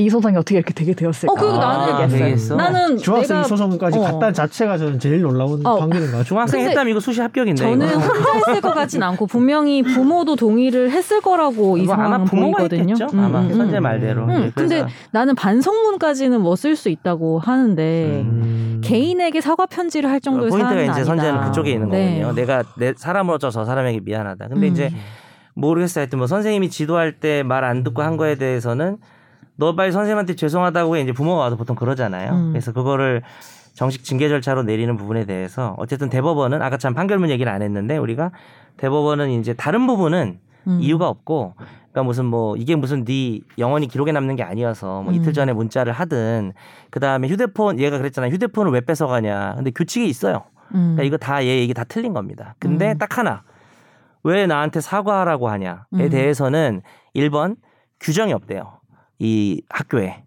A: 이 소송이 어떻게 이렇게 되게 되었을까?
C: 어, 그리고
B: 아,
C: 나는
B: 얘기했어요.
C: 얘기했어. 나는
E: 중학생
C: 내가-
E: 소송까지
C: 어.
E: 갔다는 자체가 저는 제일 놀라운
C: 어.
E: 관계인 것 같아요.
B: 중학생
C: 근데
B: 했다면 이거 수시 합격인데.
C: 저는
B: 이거.
C: 혼자 했을 것 같진 않고 분명히 부모도 동의를 했을 거라고 이
B: 뭐 이거 아마
C: 상황은
B: 부모가
C: 보이거든요.
B: 했겠죠. 아마 선제 말대로.
C: 음,
B: 예, 그래서
C: 근데 나는 반성문까지는 뭐 쓸 수 있다고 하는데
E: 음.
C: 개인에게 사과 편지를 할 정도의
B: 어, 포인트가
C: 사안은
B: 이제
C: 아니다.
B: 선제는 그쪽에 있는
C: 네.
B: 거군요. 내가 내 사람으로서 저 사람에게 미안하다. 근데
C: 음.
B: 이제 모르겠어요. 하여튼 뭐 선생님이 지도할 때 말 안 듣고 한 거에 대해서는 너 빨리 선생님한테 죄송하다고 해. 이제 부모가 와서 보통 그러잖아요.
C: 음.
B: 그래서 그거를 정식 징계 절차로 내리는 부분에 대해서 어쨌든 대법원은 아까 참 판결문 얘기를 안 했는데 우리가 대법원은 이제 다른 부분은
C: 음.
B: 이유가 없고 그러니까 무슨 뭐 이게 무슨 네 영원히 기록에 남는 게 아니어서 뭐
C: 음.
B: 이틀 전에 문자를 하든 그다음에 휴대폰 얘가 그랬잖아요 휴대폰을 왜 뺏어가냐 근데 규칙이 있어요
C: 음.
B: 그러니까 이거 다 얘 얘기 다 틀린 겁니다 근데
C: 음.
B: 딱 하나 왜 나한테 사과하라고 하냐에
C: 음.
B: 대해서는 1번 규정이 없대요 이 학교에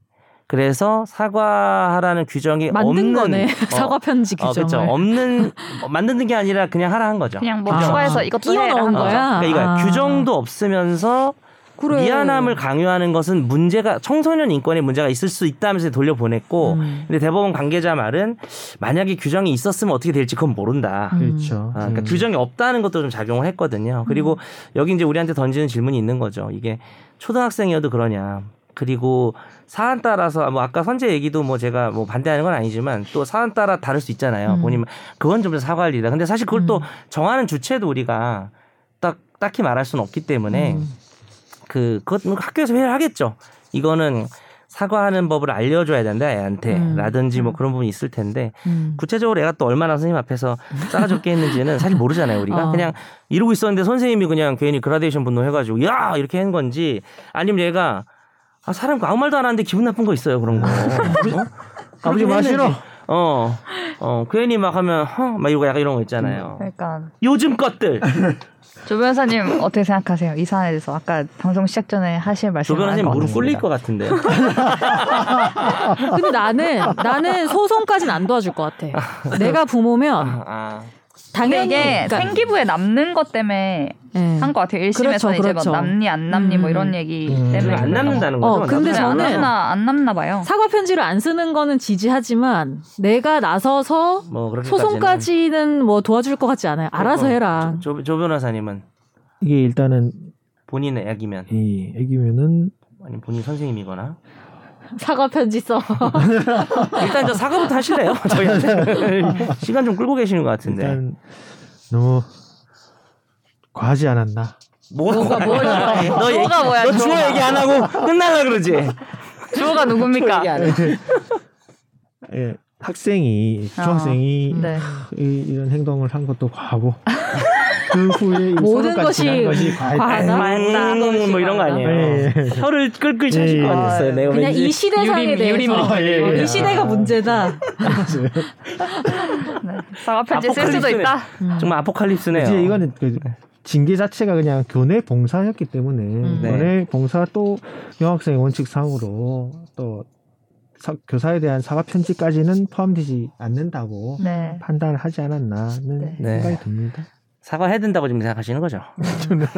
B: 그래서 사과하라는 규정이
C: 만든
B: 없는
C: 거네
B: 어,
C: 사과 편지
B: 어,
C: 규정을
B: 그렇죠 없는 어, 만드는 게 아니라 그냥 하라 한 거죠
A: 그냥 뭐
C: 아.
A: 추가해서 이것도
C: 끼워
A: 해라
C: 넣은
A: 한
C: 거야?
A: 거죠.
B: 그러니까 이거야.
C: 아.
B: 규정도 없으면서
C: 그래.
B: 미안함을 강요하는 것은 문제가 청소년 인권에 문제가 있을 수 있다면서 돌려보냈고
C: 음.
B: 근데 대법원 관계자 말은 만약에 규정이 있었으면 어떻게 될지 그건 모른다.
C: 음. 음.
E: 그렇죠.
B: 아, 그러니까
E: 음.
B: 규정이 없다는 것도 좀 작용을 했거든요. 그리고 여기 이제 우리한테 던지는 질문이 있는 거죠. 이게 초등학생이어도 그러냐. 그리고 사안 따라서 뭐 아까 선제 얘기도 뭐 제가 뭐 반대하는 건 아니지만 또 사안 따라 다를 수 있잖아요.
C: 음.
B: 본인 그건 좀 사과할 일이다. 근데 사실 그걸
C: 음.
B: 또 정하는 주체도 우리가 딱 딱히 말할 수는 없기 때문에
C: 음.
B: 그 그것은 학교에서 회의를 하겠죠. 이거는 사과하는 법을 알려줘야 된다 애한테
C: 음.
B: 라든지 뭐 그런 부분이 있을 텐데
C: 음.
B: 구체적으로 애가 또 얼마나 선생님 앞에서 싸가지없게 했는지는 사실 모르잖아요 우리가
C: 어.
B: 그냥 이러고 있었는데 선생님이 그냥 괜히 그라데이션 분노해가지고 야 이렇게 한 건지 아니면 얘가 아 사람 아무 말도 안 하는데 기분 나쁜 거 있어요 그런 거 어?
E: 아버지 마시러.
B: 어, 어, 괜히 막 하면, 허? 막 이러고 약간 이런 거 있잖아요.
C: 음, 네.
A: 그러니까
B: 요즘 것들!
A: 조 변호사님 어떻게 생각하세요? 이 사안에 대해서 아까 방송 시작 전에 하실 말씀
B: 조 변호사님
C: 아, 네.
B: 무릎 꿇릴 것 같은데.
C: 근데 나는 나는 소송까지는 안 도와줄 것 같아. 내가 부모면
B: 아,
C: 당연히
A: 이게
C: 그러니까-
A: 생기부에 남는 것 때문에
C: 예.
A: 한 것 같아요. 1심에서
C: 그렇죠,
A: 이제 막
C: 그렇죠.
A: 남니 안 남니 뭐
C: 음.
A: 이런 얘기
B: 음,
A: 때문에
B: 안 남는다는 거죠? 네.
C: 어, 근데
A: 근데 저는
C: 저는-
A: 안 남나 안 남나 봐요.
C: 사과 편지를 안 쓰는 거는 지지하지만 내가 나서서
B: 뭐, 그렇게.
C: 소송까지는 뭐 도와줄 것 같지 않아요.
B: 그러니까
C: 알아서 해라.
B: 조, 조 변호사님은
D: 이게 일단은
B: 본인의 약이면,
D: 이 애기면은
B: 아니면 본인 선생님이거나.
C: 사과 편지 써.
B: 일단 저 사과부터 하실래요? 저희한테. 시간 좀 끌고 계시는 것 같은데.
D: 네. 일단 너무 과하지 않았나.
B: 뭐가,
A: 뭐야?
B: 너 얘기,
A: 주어가 뭐야,
B: 너 주어
A: 주어가.
B: 얘기 안 하고 끝나려 그러지?
A: 주어가 누굽니까?
D: 예, 학생이
C: 아,
D: 중학생이
A: 네.
D: 이, 이런 행동을 한 것도 과하고 그 후에 이
C: 모든
D: 서로까지
C: 것이
D: 지난 것이 과했다.
C: 과하다.
B: 음, 뭐 이런 거 아니에요?
D: 예, 예.
B: 혀를 끌끌 차실
D: 예,
B: 것
D: 예.
B: 같았어요. 내가
C: 그냥
B: 왠지.
C: 이 시대상에
A: 유림,
C: 대해서
A: 유림.
C: 어,
D: 아, 예, 예.
C: 이 시대가 문제다.
A: 네. 사과 편지 쓸 수도
B: 아포칼립스네.
A: 있다.
B: 정말 아포칼립스네요.
D: 음. 이제 이거는 그 징계 자체가 그냥 교내 봉사였기 때문에
C: 네.
D: 교내 봉사 또 여학생 원칙상으로 또 사- 교사에 대한 사과 편지까지는 포함되지 않는다고
A: 네.
D: 판단을 하지 않았나는
B: 네.
D: 생각이 듭니다.
B: 사과해야 된다고 지금 생각하시는 거죠?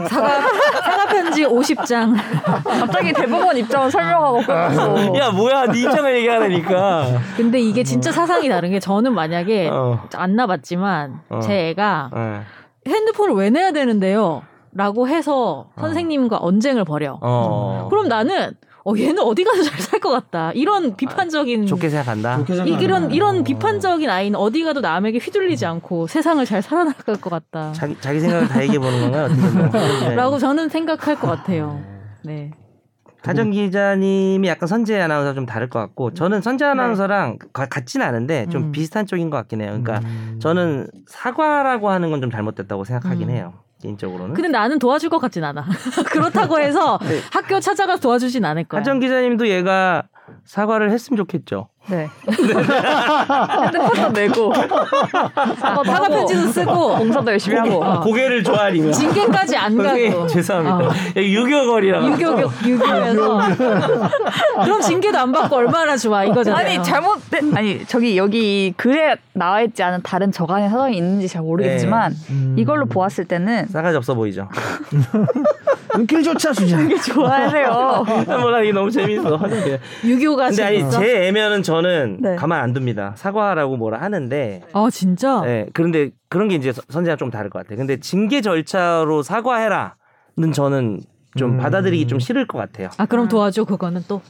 C: 사과 사과 편지 50장.
A: 갑자기 대법원 입장을 설명하고
D: 어.
A: 끊고
B: 야 뭐야 네 입장을 얘기하라니까.
C: 근데 이게 진짜 사상이 다른 게 저는 만약에
B: 어.
C: 안 나봤지만
B: 어.
C: 제 애가
B: 어.
C: 핸드폰을 왜 내야 되는데요? 라고 해서 선생님과 언쟁을 벌여.
B: 어.
C: 그럼 나는 어 얘는 어디 가서 잘 살 것 같다. 이런 비판적인
B: 좋게 생각한다.
C: 이- 이런
D: 어.
C: 이런 비판적인 아이는 어디 가도 남에게 휘둘리지 않고 세상을 잘 살아나갈 것 같다.
B: 자기 자기 생각을 다 얘기해 보는 건가요? 어떻게 보면. 네.
C: 라고 저는 생각할 것 같아요. 네.
B: 하정 기자님이 약간 선재 아나운서 좀 다를 것 같고 저는 선재 아나운서랑 가- 같진 않은데 좀
C: 네. 음.
B: 비슷한 쪽인 것 같긴 해요. 그러니까
D: 음.
B: 저는 사과라고 하는 건 좀 잘못됐다고 생각하긴
C: 음.
B: 해요. 개인적으로는.
C: 근데 나는 도와줄 것 같진 않아. 그렇다고 해서
B: 네.
C: 학교 찾아가서 도와주진 않을 거야.
B: 하정 기자님도 얘가 사과를 했으면 좋겠죠.
A: 네. 핸드폰도 내고 사과도
C: 사과
A: 하고,
B: 어,
C: 편지도 쓰고
A: 봉사도 열심히 하고
C: 어.
B: 아, 고개를 좋아하니면.
C: 징계까지 안 가고.
B: 선생님 죄송합니다. 여기 유교거리라고.
C: 유교 유교에서 그럼 징계도 안 받고 얼마나 좋아 이거잖아요.
A: 아니 잘못된 아니 저기 여기 이 글에 나와 있지 않은 다른 저간의 사정이 있는지 잘 모르겠지만
C: 네. 음.
A: 이걸로 보았을 때는
B: 싸가지 없어 보이죠.
D: 눈길조차 주지 않
A: 좋아하세요.
C: 그러니까.
B: 몰라 이게 너무 재밌어.
C: 유교가
B: 근데
C: 진짜.
B: 아니 제 애면은 저는
A: 네.
B: 가만 안 둡니다. 사과하라고 뭐라 하는데.
C: 아 진짜.
A: 어.
B: 예, 그런데 그런 게 이제 선재랑 좀 다를 것 같아요. 근데 징계 절차로 사과해라는 저는 좀
D: 음.
B: 받아들이기 좀 싫을 것 같아요.
C: 아 그럼 도와줘 그거는 또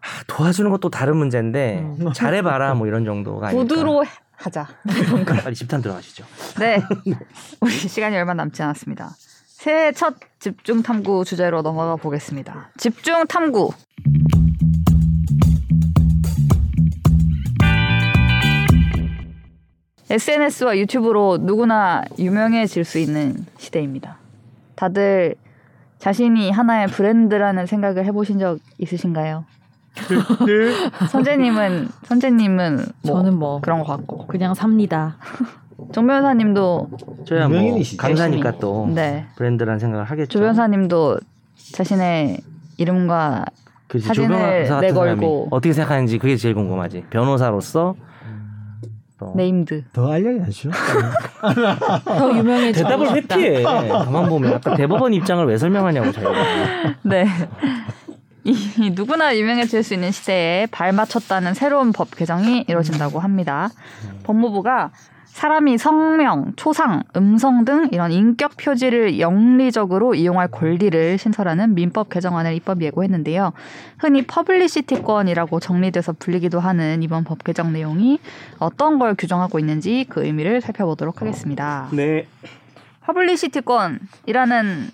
B: 아, 도와주는 것도 다른 문제인데
C: 음.
B: 잘해봐라 뭐 이런 정도가 아니까
A: 구두로 하자.
B: 빨리 집단 들어가시죠.
A: 네. 우리 시간이 얼마 남지 않았습니다. 새해 첫 집중 탐구 주제로 넘어가 보겠습니다. 집중 탐구. SNS와 유튜브로 누구나 유명해질 수 있는 시대입니다. 다들 자신이 하나의 브랜드라는 생각을 해보신 적 있으신가요? 선재님은 선재님은 뭐
C: 저는 뭐
A: 그런 것 같고
C: 그냥 삽니다.
A: 정 변호사님도
B: 저야 뭐
D: 유명인이시죠.
B: 강사니까
A: 열심히.
B: 또
A: 네.
B: 브랜드란 생각을 하겠죠.
A: 조 변사님도 자신의 이름과
B: 그렇지,
A: 사진을
B: 조변호사 같은 사람이
A: 내걸고.
B: 어떻게 생각하는지 그게 제일 궁금하지. 변호사로서 어,
A: 네임드
D: 더 알려야죠.
C: 더 유명해지고
B: 대답을 회
C: 싶다.
B: 피해 네, 가만 보면 아까 대법원 입장을 왜 설명하냐고 저희가.
A: 네. 이 이 누구나 유명해질 수 있는 시대에 발맞췄다는 새로운 법 개정이 이루어진다고 합니다. 법무부가 사람이 성명, 초상, 음성 등 이런 인격 표지를 영리적으로 이용할 권리를 신설하는 민법 개정안을 입법 예고했는데요. 흔히 퍼블리시티권이라고 정리돼서 불리기도 하는 이번 법 개정 내용이 어떤 걸 규정하고 있는지 그 의미를 살펴보도록 하겠습니다.
B: 네.
A: 퍼블리시티권이라는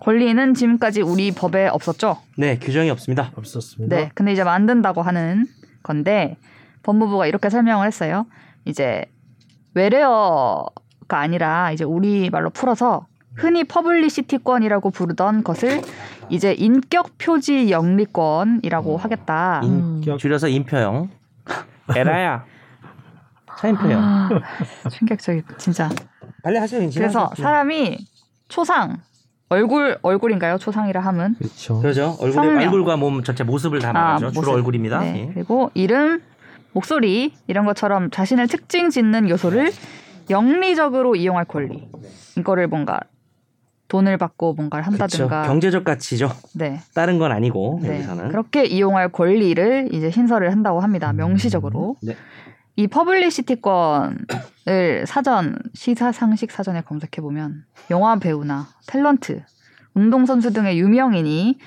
A: 권리는 지금까지 우리 법에 없었죠.
B: 네, 규정이 없습니다.
E: 없었습니다.
A: 네. 근데 이제 만든다고 하는 건데 법무부가 이렇게 설명을 했어요. 이제 외래어가 아니라 이제 우리 말로 풀어서 흔히 퍼블리시티권이라고 부르던 것을 이제 인격 표지 영리권이라고
B: 아.
A: 하겠다.
B: 인, 줄여서 인표형. 에라야. 차인표형.
A: 아, 충격적이다. 진짜.
B: 빨리 하세요. 이제
A: 그래서
B: 하세요.
A: 사람이 초상 얼굴 얼굴인가요? 초상이라 함은
E: 그렇죠.
B: 그렇죠. 얼굴
A: 성명.
B: 얼굴과 몸 전체 모습을 다 말하죠. 주로
A: 모습.
B: 얼굴입니다.
A: 네,
B: 예.
A: 그리고 이름, 목소리 이런 것처럼 자신을 특징 짓는 요소를 영리적으로 이용할 권리. 이거를 뭔가 돈을 받고 뭔가를
B: 그렇죠.
A: 한다든가.
B: 경제적 가치죠.
A: 네.
B: 다른 건 아니고
A: 네.
B: 여기서는.
A: 그렇게 이용할 권리를 이제 신설을 한다고 합니다. 명시적으로.
B: 네.
A: 이 퍼블리시티권을 사전 시사 상식 사전에 검색해 보면 영화 배우나 탤런트, 운동 선수 등의 유명인이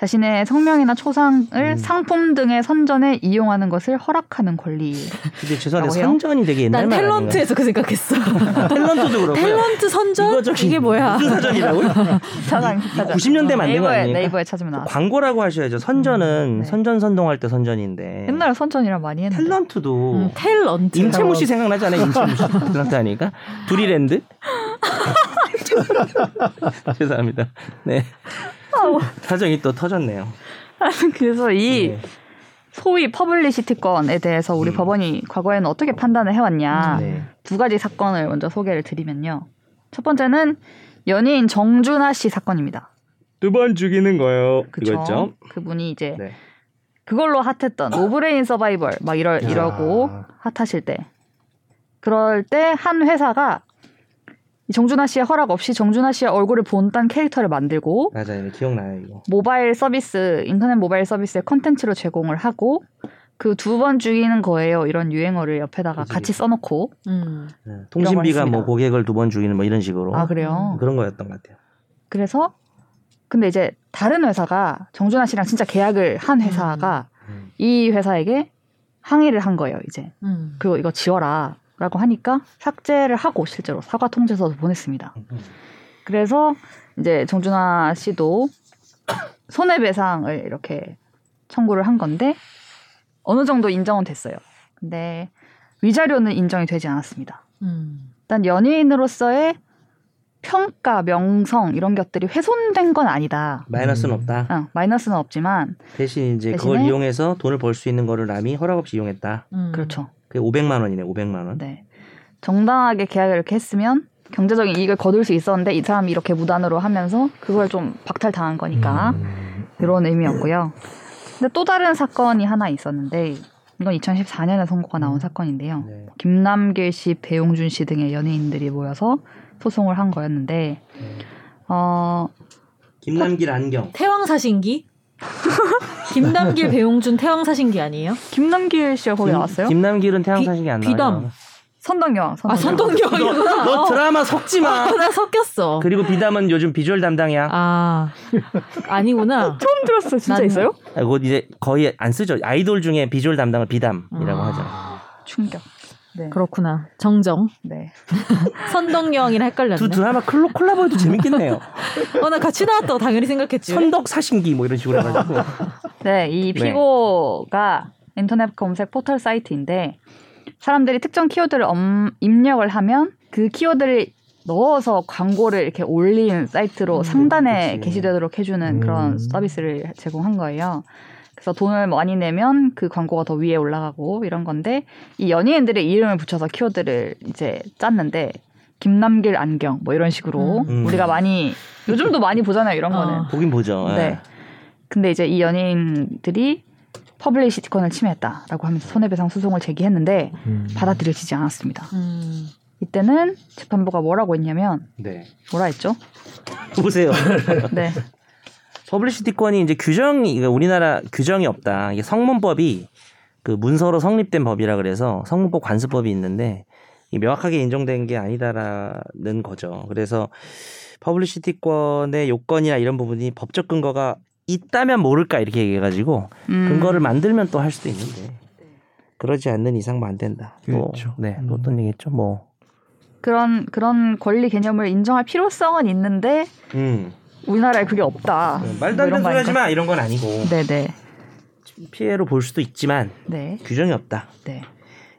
A: 자신의 성명이나 초상을
B: 음.
A: 상품 등의 선전에 이용하는 것을 허락하는 권리.
B: 근데 죄송한데
A: 라고 해요?
B: 선전이 되게 옛날
C: 난
B: 말 아닌가요?
C: 탤런트에서 그 생각했어.
B: 탤런트도 그렇고요.
C: 탤런트 선전?
B: 이거 저기
C: 이게 뭐야?
B: 무슨 사전이라고요?
A: 사전 사전.
B: 90년대 만든 거
A: 네이버에
B: 아닙니까?
A: 네이버에 찾으면 나와.
B: 광고라고 하셔야죠. 선전은
A: 네.
B: 선전 선동할 때 선전인데.
A: 옛날 선전이랑 많이 했는데.
B: 탤런트도
C: 음, 탤런트.
B: 임채무 씨 생각나지 않아요? 임채무 씨. 탤런트 아니까? 둘이랜드? 죄송합니다. 네. 사정이 또 터졌네요.
A: 그래서 이
B: 네.
A: 소위 퍼블리시티권에 대해서 우리
B: 음.
A: 법원이 과거에는 어떻게 판단을 해왔냐
B: 네.
A: 두 가지 사건을 먼저 소개를 드리면요. 첫 번째는 연예인 정준하 씨 사건입니다.
B: 두 번 죽이는 거예요.
A: 그렇죠. 그분이 이제
B: 네.
A: 그걸로 핫했던 노브레인 서바이벌 막 이러
E: 야.
A: 이러고 핫하실 때 그럴 때 한 회사가 이 정준하 씨의 허락 없이 정준하 씨의 얼굴을 본딴 캐릭터를 만들고
B: 맞아요. 이거 기억나요, 이거.
A: 모바일 서비스, 인터넷 모바일 서비스의 컨텐츠로 제공을 하고 그 두 번 죽이는 거예요. 이런 유행어를 옆에다가
B: 그치,
A: 같이
B: 그치.
A: 써놓고
C: 음.
B: 네. 통신비가
A: 있습니다.
B: 뭐 고객을 두 번 죽이는 뭐 이런 식으로.
A: 아 그래요.
B: 그런 거였던 것 같아요.
A: 그래서 근데 이제 다른 회사가 정준하 씨랑 진짜 계약을 한 회사가
B: 음.
A: 이 회사에게 항의를 한 거예요. 이제
C: 음.
A: 그거 이거 지워라라고 하니까 삭제를 하고 실제로 사과 통지서도 보냈습니다.
B: 음,
A: 그래서 이제 정준하 씨도 손해배상을 이렇게 청구를 한 건데 어느 정도 인정은 됐어요. 근데 위자료는 인정이 되지 않았습니다.
C: 음.
A: 일단 연예인으로서의 평가, 명성 이런 것들이 훼손된 건 아니다.
B: 마이너스는
E: 음.
B: 없다.
A: 어, 마이너스는 없지만
B: 대신 이제 그걸
A: 대신에-
B: 이용해서 돈을 벌 수 있는 거를 남이 허락 없이 이용했다.
C: 음.
A: 그렇죠.
B: 그게 500만 원이네. 500만 원.
A: 네. 정당하게 계약을 이렇게 했으면 경제적인 이익을 거둘 수 있었는데 이 사람이 이렇게 무단으로 하면서 그걸 좀 박탈당한
C: 그러니까
D: 음.
A: 거니까 이런 의미였고요. 근데 또 다른 사건이 하나 있었는데 이건 2014년에 선고가 나온 사건인데요.
B: 네.
A: 김남길 씨, 배용준 씨 등의 연예인들이 모여서 소송을 한 거였는데 어
B: 김남길 안경.
C: 태왕사신기? 김남길 배용준 태왕사신기 아니에요?
A: 김남길 씨가 거기
B: 김-
A: 나왔어요?
B: 김남길은 태양사신이 안
C: 귀-
B: 나와요.
C: 귀담.
A: 선덕여왕.
C: 아 선동경이구나.
B: 너 드라마 섞지 마.
C: 어, 나 섞였어.
B: 그리고 비담은 요즘 비주얼 담당이야.
C: 아 아니구나.
A: 처음 들었어. 진짜
C: 난-
A: 있어요?
B: 아, 곧 이제 거의 안 쓰죠. 아이돌 중에 비주얼 담당을 비담이라고
C: 아.
B: 하죠.
A: 충격. 네.
C: 그렇구나. 정정.
A: 네.
C: 선덕여왕이랑 헷갈렸네.
B: 두 드라마 클로 콜라보해도 재밌겠네요.
C: 어 나 같이 나왔다. 당연히 생각했지.
B: 선덕 사신기 뭐 이런 식으로 해가지고.
A: 네, 이
B: 네.
A: 피고가 인터넷 검색 포털 사이트인데 사람들이 특정 키워드를 엄- 입력을 하면 그 키워드를 넣어서 광고를 이렇게 올린 사이트로
C: 음,
A: 상단에
B: 그치.
A: 게시되도록 해주는
E: 음.
A: 그런 서비스를 제공한 거예요. 그래서 돈을 많이 내면 그 광고가 더 위에 올라가고 이런 건데 이 연예인들의 이름을 붙여서 키워드를 이제 짰는데 김남길 안경 뭐 이런 식으로
B: 음.
A: 우리가 많이 요즘도 많이 보잖아요 이런
C: 어.
A: 거는
B: 보긴 보죠. 예.
A: 네. 근데 이제 이 연예인들이 퍼블리시티권을 침해했다라고 하면서 손해배상 소송을 제기했는데
D: 음,
A: 받아들여지지 않았습니다.
C: 음.
A: 이때는 재판부가 뭐라고 했냐면
B: 네.
A: 뭐라 했죠?
B: 보세요.
A: 네,
B: 퍼블리시티권이 이제 규정이 그러니까 우리나라 규정이 없다. 이게 성문법이 그 문서로 성립된 법이라 그래서 성문법 관습법이 있는데 이 명확하게 인정된 게 아니다라는 거죠. 그래서 퍼블리시티권의 요건이나 이런 부분이 법적 근거가 있다면 모를까 이렇게 얘기해가지고
A: 음,
B: 근거를 만들면 또 할 수도 있는데 그러지 않는 이상 뭐안 된다. 또,
E: 그렇죠.
B: 네,
E: 음.
B: 또 어떤 얘기겠죠. 뭐,
A: 그런 그런 권리 개념을 인정할 필요성은 있는데
B: 음,
A: 우리나라에 그게 없다.
B: 네,
A: 뭐
B: 말도 안 되는
A: 이런
B: 소리
A: 거
B: 하지 마 이런 건 아니고
A: 네네.
B: 피해로 볼 수도 있지만
A: 네.
B: 규정이 없다.
A: 네.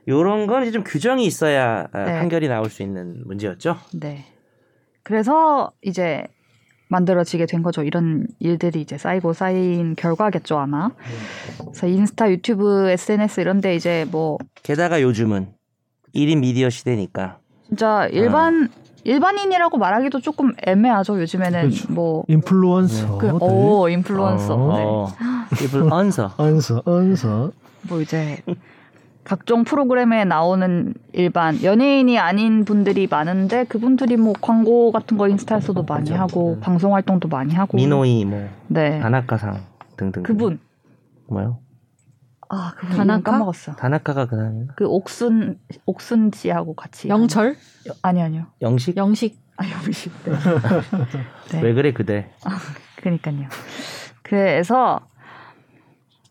B: 요런 건 이제 좀 규정이 있어야 아,
A: 네.
B: 판결이 나올 수 있는 문제였죠.
A: 네. 그래서 이제 만들어지게 된 거죠. 이런 일들이 이제 쌓이고 쌓인 결과겠죠,
B: 네.
A: 아마. 그래서 인스타, 유튜브, SNS 이런데 이제 뭐
B: 게다가 요즘은 1인 미디어 시대니까
A: 진짜
B: 네.
A: 일반 일반인이라고 말하기도 조금 애매하죠. 요즘에는
D: 그렇죠.
A: 뭐
D: 인플루언서. 네.
A: 그, 오, 인플루언서.
D: 어.
A: 네.
B: 네. 어, 이분 언서
D: 언서, 언서.
A: 뭐 이제 각종 프로그램에 나오는 일반 연예인이 아닌 분들이 많은데 그분들이 뭐 광고 같은 거 인스타에서도 많이
B: 그렇죠.
A: 하고
B: 음.
A: 방송 활동도 많이 하고
B: 민호이 뭐
A: 네
B: 다나카상 등등
A: 그분
B: 뭐요?
A: 아 그분
C: 다나카?
A: 이름 까먹었어
B: 다나카가 그날
A: 그 옥순 옥순 씨하고 같이
C: 영철,
A: 한- 아니 아니요
B: 영식
C: 영식
A: 아 영식 네. 네.
B: 왜 그래 그대
A: 그러니까요. 그래서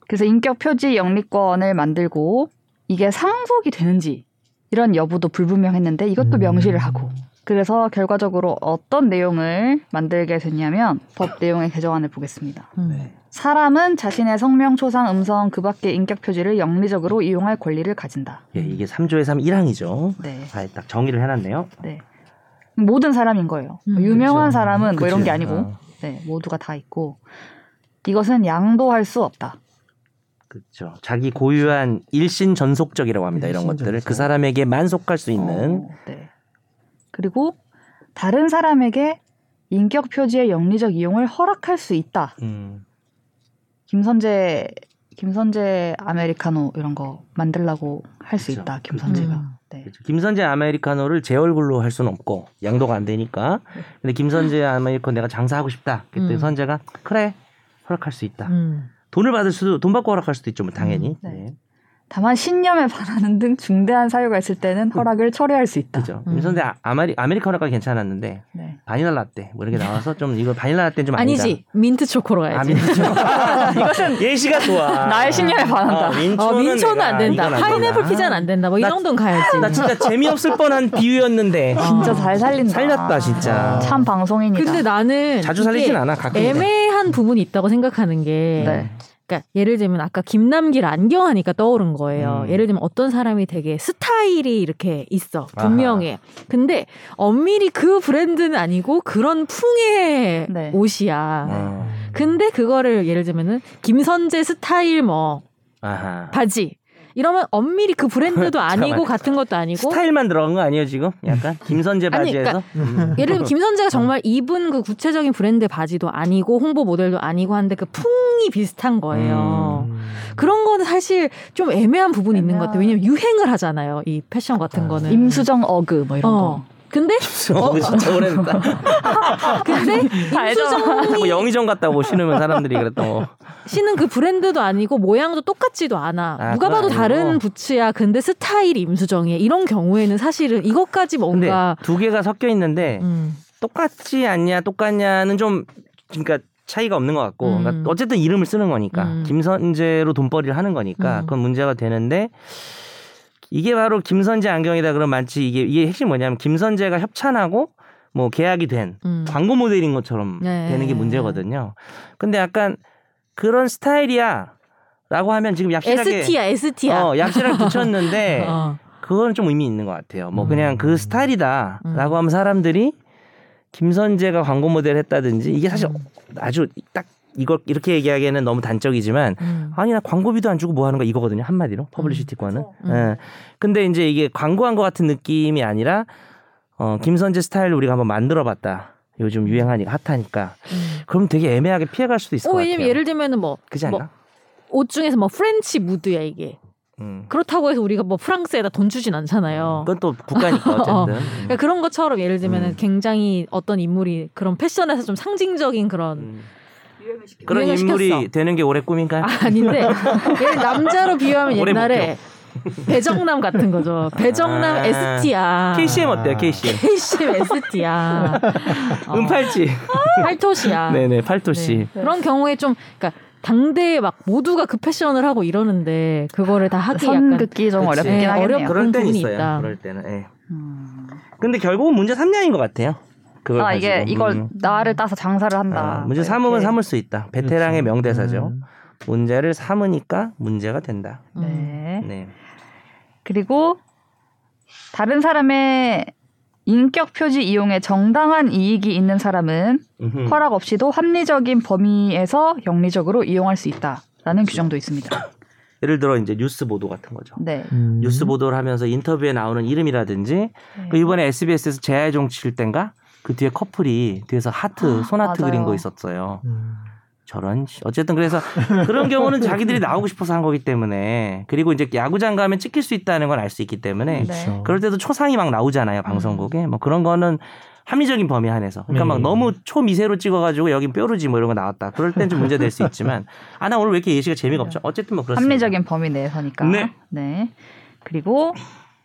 A: 그래서 인격 표지 영리권을 만들고 이게 상속이 되는지 이런 여부도 불분명했는데 이것도
D: 음.
A: 명시를 하고 그래서 결과적으로 어떤 내용을 만들게 됐냐면 법 내용의 개정안을 보겠습니다.
C: 음.
B: 네,
A: 사람은 자신의 성명, 초상, 음성 그 밖의 인격 표지를 영리적으로 이용할 권리를 가진다.
B: 예, 이게 3조의 3 1항이죠.
A: 네.
B: 아, 딱 정의를 해놨네요.
A: 네. 모든 사람인 거예요.
C: 음,
A: 유명한
B: 그렇죠.
A: 사람은 뭐 이런
B: 그치.
A: 게 아니고
B: 어,
A: 네, 모두가 다 있고 이것은 양도할 수 없다.
B: 그렇죠. 자기 고유한 일신 전속적이라고 합니다. 이런 것들을 그
D: 일신전속.
B: 사람에게만 속할 수 있는
A: 어, 네. 그리고 다른 사람에게 인격 표지의 영리적 이용을 허락할 수 있다.
B: 음,
A: 김선재 김선재 아메리카노 이런 거 만들라고 할 수
B: 그쵸.
A: 있다.
B: 그-
A: 김선재가.
C: 음.
A: 네.
B: 그렇죠. 김선재 아메리카노를 제 얼굴로 할 수는 없고 양도가 안 되니까. 근데 김선재 아메리카노 내가 장사하고 싶다. 그때
C: 음.
B: 선재가 그래 허락할 수 있다.
C: 음.
B: 돈을 받을 수도 돈 받고 허락할 수도 있죠. 뭐 당연히.
A: 음, 네.
B: 예.
A: 다만 신념에 반하는 등 중대한 사유가 있을 때는 허락을 철회할 수 있다.
B: 그죠.
C: 음.
B: 김선재 아- 아메리 아메리카노가 괜찮았는데
A: 네.
B: 바닐라 라떼 뭐 이런 게 나와서 좀 이거 바닐라 라떼는 좀 아니다.
C: 아니지 민트 초코로
B: 아,
C: 가야지.
B: 민초. 이것은 예시가 좋아.
A: 나의 신념에 반한다.
B: 어, 민초는,
C: 어, 민초는
B: 내가
C: 안 된다.
B: 이건 안
C: 파인애플
B: 된다.
C: 피자는 안 된다. 뭐 이
B: 나-
C: 정도는 가야지.
B: 나 진짜 재미없을 뻔한 비유였는데
A: 진짜 잘 살린다.
B: 살렸다 진짜.
A: 참 방송인이다.
C: 근데 나는
B: 자주
C: 이게
B: 살리진 않아 그러니까. 가끔.
C: 애매한 부분이 있다고 생각하는 게
A: 네.
C: 그러니까 예를 들면 아까 김남길 안경하니까 떠오른 거예요.
B: 음.
C: 예를 들면 어떤 사람이 되게 스타일이 이렇게 있어 분명해. 근데 엄밀히 그 브랜드는 아니고 그런 풍의
A: 네.
C: 옷이야.
B: 어,
C: 근데 그거를 예를 들면은 김선재 스타일 뭐
B: 아하.
C: 바지 이러면 엄밀히 그 브랜드도 아니고
B: 잠깐만.
C: 같은 것도 아니고
B: 스타일만 들어간 거 아니에요 지금? 약간 김선재
C: 아니, 그러니까
B: 바지에서. 음.
C: 예를 들면 김선재가 정말 입은 그 구체적인 브랜드 바지도 아니고 홍보 모델도 아니고 한데 그 풍이 비슷한
B: 음.
C: 거예요.
D: 음,
C: 그런 거는 사실 좀 애매한 부분이 있는 것 같아요. 왜냐면 유행을 하잖아요. 이 패션 같은 거는.
A: 네. 임수정 어그 뭐 이런
C: 어. 근데
B: 어, 진짜 오래됐다.
C: 근데
A: 다
C: 임수정이
B: 자꾸 영의정 갔다고 신으면 사람들이 그랬던 거.
C: 신은 그 브랜드도 아니고 모양도 똑같지도 않아.
B: 아,
C: 누가
B: 그건
C: 봐도
B: 아니고.
C: 다른 부츠야. 근데 스타일이 임수정이야. 이런 경우에는 사실은 이것까지
B: 근데
C: 뭔가
B: 두 개가 섞여 있는데
C: 음,
B: 똑같지 않냐 똑같냐는 좀 그러니까 차이가 없는 것 같고
C: 음.
B: 그러니까 어쨌든 이름을 쓰는 거니까
C: 음.
B: 김선재로 돈벌이를 하는 거니까
C: 음.
B: 그건 문제가 되는데 이게 바로 김선재 안경이다 그럼 마치 이게 이게 핵심 뭐냐면 김선재가 협찬하고 뭐 계약이 된
C: 음.
B: 광고 모델인 것처럼
C: 네.
B: 되는 게 문제거든요. 근데 약간 그런 스타일이야라고 하면 지금 약실하게
C: ST야, ST야. 어.
B: 어, 예. 약실을 붙였는데 그건 좀 의미 있는 것 같아요. 뭐 그냥
C: 음.
B: 그 스타일이다라고 하면 사람들이 김선재가 광고 모델 했다든지 이게
C: 음.
B: 사실 아주 딱 이걸 이렇게 얘기하기에는 너무 단적이지만 아니 나 광고비도 안 주고 뭐 하는 거 이거거든요 한마디로 퍼블리시티권은.
C: 음.
B: 예. 근데 이제 이게 광고한 것 같은 느낌이 아니라 어, 김선재 스타일 우리가 한번 만들어봤다. 요즘 유행하니까 핫하니까 그럼 되게 애매하게 피해갈 수도 있을
C: 어,
B: 것
C: 왜냐면
B: 같아요.
C: 예를 들면은 뭐 옷
B: 그지 않나?
C: 중에서 뭐 프렌치 무드야 이게.
B: 음.
C: 그렇다고 해서 우리가 뭐 프랑스에다 돈 주진 않잖아요.
B: 그건 또 국가니까
C: 어.
B: 어쨌든.
C: 그러니까 그런 것처럼 예를 들면 은
B: 음.
C: 굉장히 어떤 인물이 그런 패션에서 좀 상징적인 그런
B: 음. 그런
C: 유행을
B: 인물이
C: 시켰어.
B: 되는 게 올해 꿈인가요?
C: 아닌데 얘를 남자로 비유하면
B: 오래 못
C: 옛날에 배정남 같은 거죠. 배정남
B: 아.
C: ST야.
B: KCM 어때요? KCM.
C: KCM ST야.
B: 음,
C: 어.
B: 은팔찌.
C: 팔토시야.
B: 네네 팔토씨.
C: 네. 그런 경우에 좀 그러니까 당대에 막 모두가 그 패션을 하고 이러는데 그거를 다 하기 약간
A: 선긋기 좀
B: 그치.
A: 어렵긴
C: 네,
A: 하겠네요.
C: 어렵-
B: 그럴 땐
C: 부분이
B: 있어요.
C: 있다.
B: 그럴 때는. 예.
A: 음,
B: 근데 결국은 문제 3량인 것 같아요. 그걸
A: 아, 이게
B: 가지고.
A: 이걸
B: 음.
A: 나를 따서 장사를 한다.
B: 아, 문제
A: 이렇게.
B: 삼으면 삼을 수 있다. 베테랑의
E: 그렇죠.
B: 명대사죠.
E: 음.
B: 문제를 삼으니까 문제가 된다.
C: 음.
A: 네.
B: 네.
A: 그리고 다른 사람의 인격 표지 이용에 정당한 이익이 있는 사람은
B: 음흠.
A: 허락 없이도 합리적인 범위에서 영리적으로 이용할 수 있다라는 규정도 있습니다.
B: 예를 들어 이제 뉴스 보도 같은 거죠.
A: 네.
E: 음.
B: 뉴스 보도를 하면서 인터뷰에 나오는 이름이라든지 그 이번에 SBS에서 재아의 정치일 땐가 그 뒤에 커플이 뒤에서 하트
A: 아,
B: 손하트
A: 맞아요.
B: 그린 거
D: 그렇죠.
B: 있었어요.
E: 음.
B: 저런 씨. 어쨌든 그래서 그런 경우는 자기들이 나오고 싶어서 한 거기 때문에 그리고 이제 야구장 가면 찍힐 수 있다는 걸 알 수 있기 때문에
A: 네.
D: 그렇죠.
B: 그럴 때도 초상이 막 나오잖아요 방송국에
A: 음.
B: 뭐 그런 거는 합리적인 범위 안에서 그러니까 막
E: 네.
B: 너무 초미세로 찍어가지고 여긴 뾰루지 뭐 이런 거 나왔다 그럴 땐 좀 문제 될 수 있지만 아 나 오늘 왜 이렇게 예시가 재미가 없죠 어쨌든 뭐 그렇습니다
A: 합리적인 범위 내에서니까.
B: 네.
A: 네. 그리고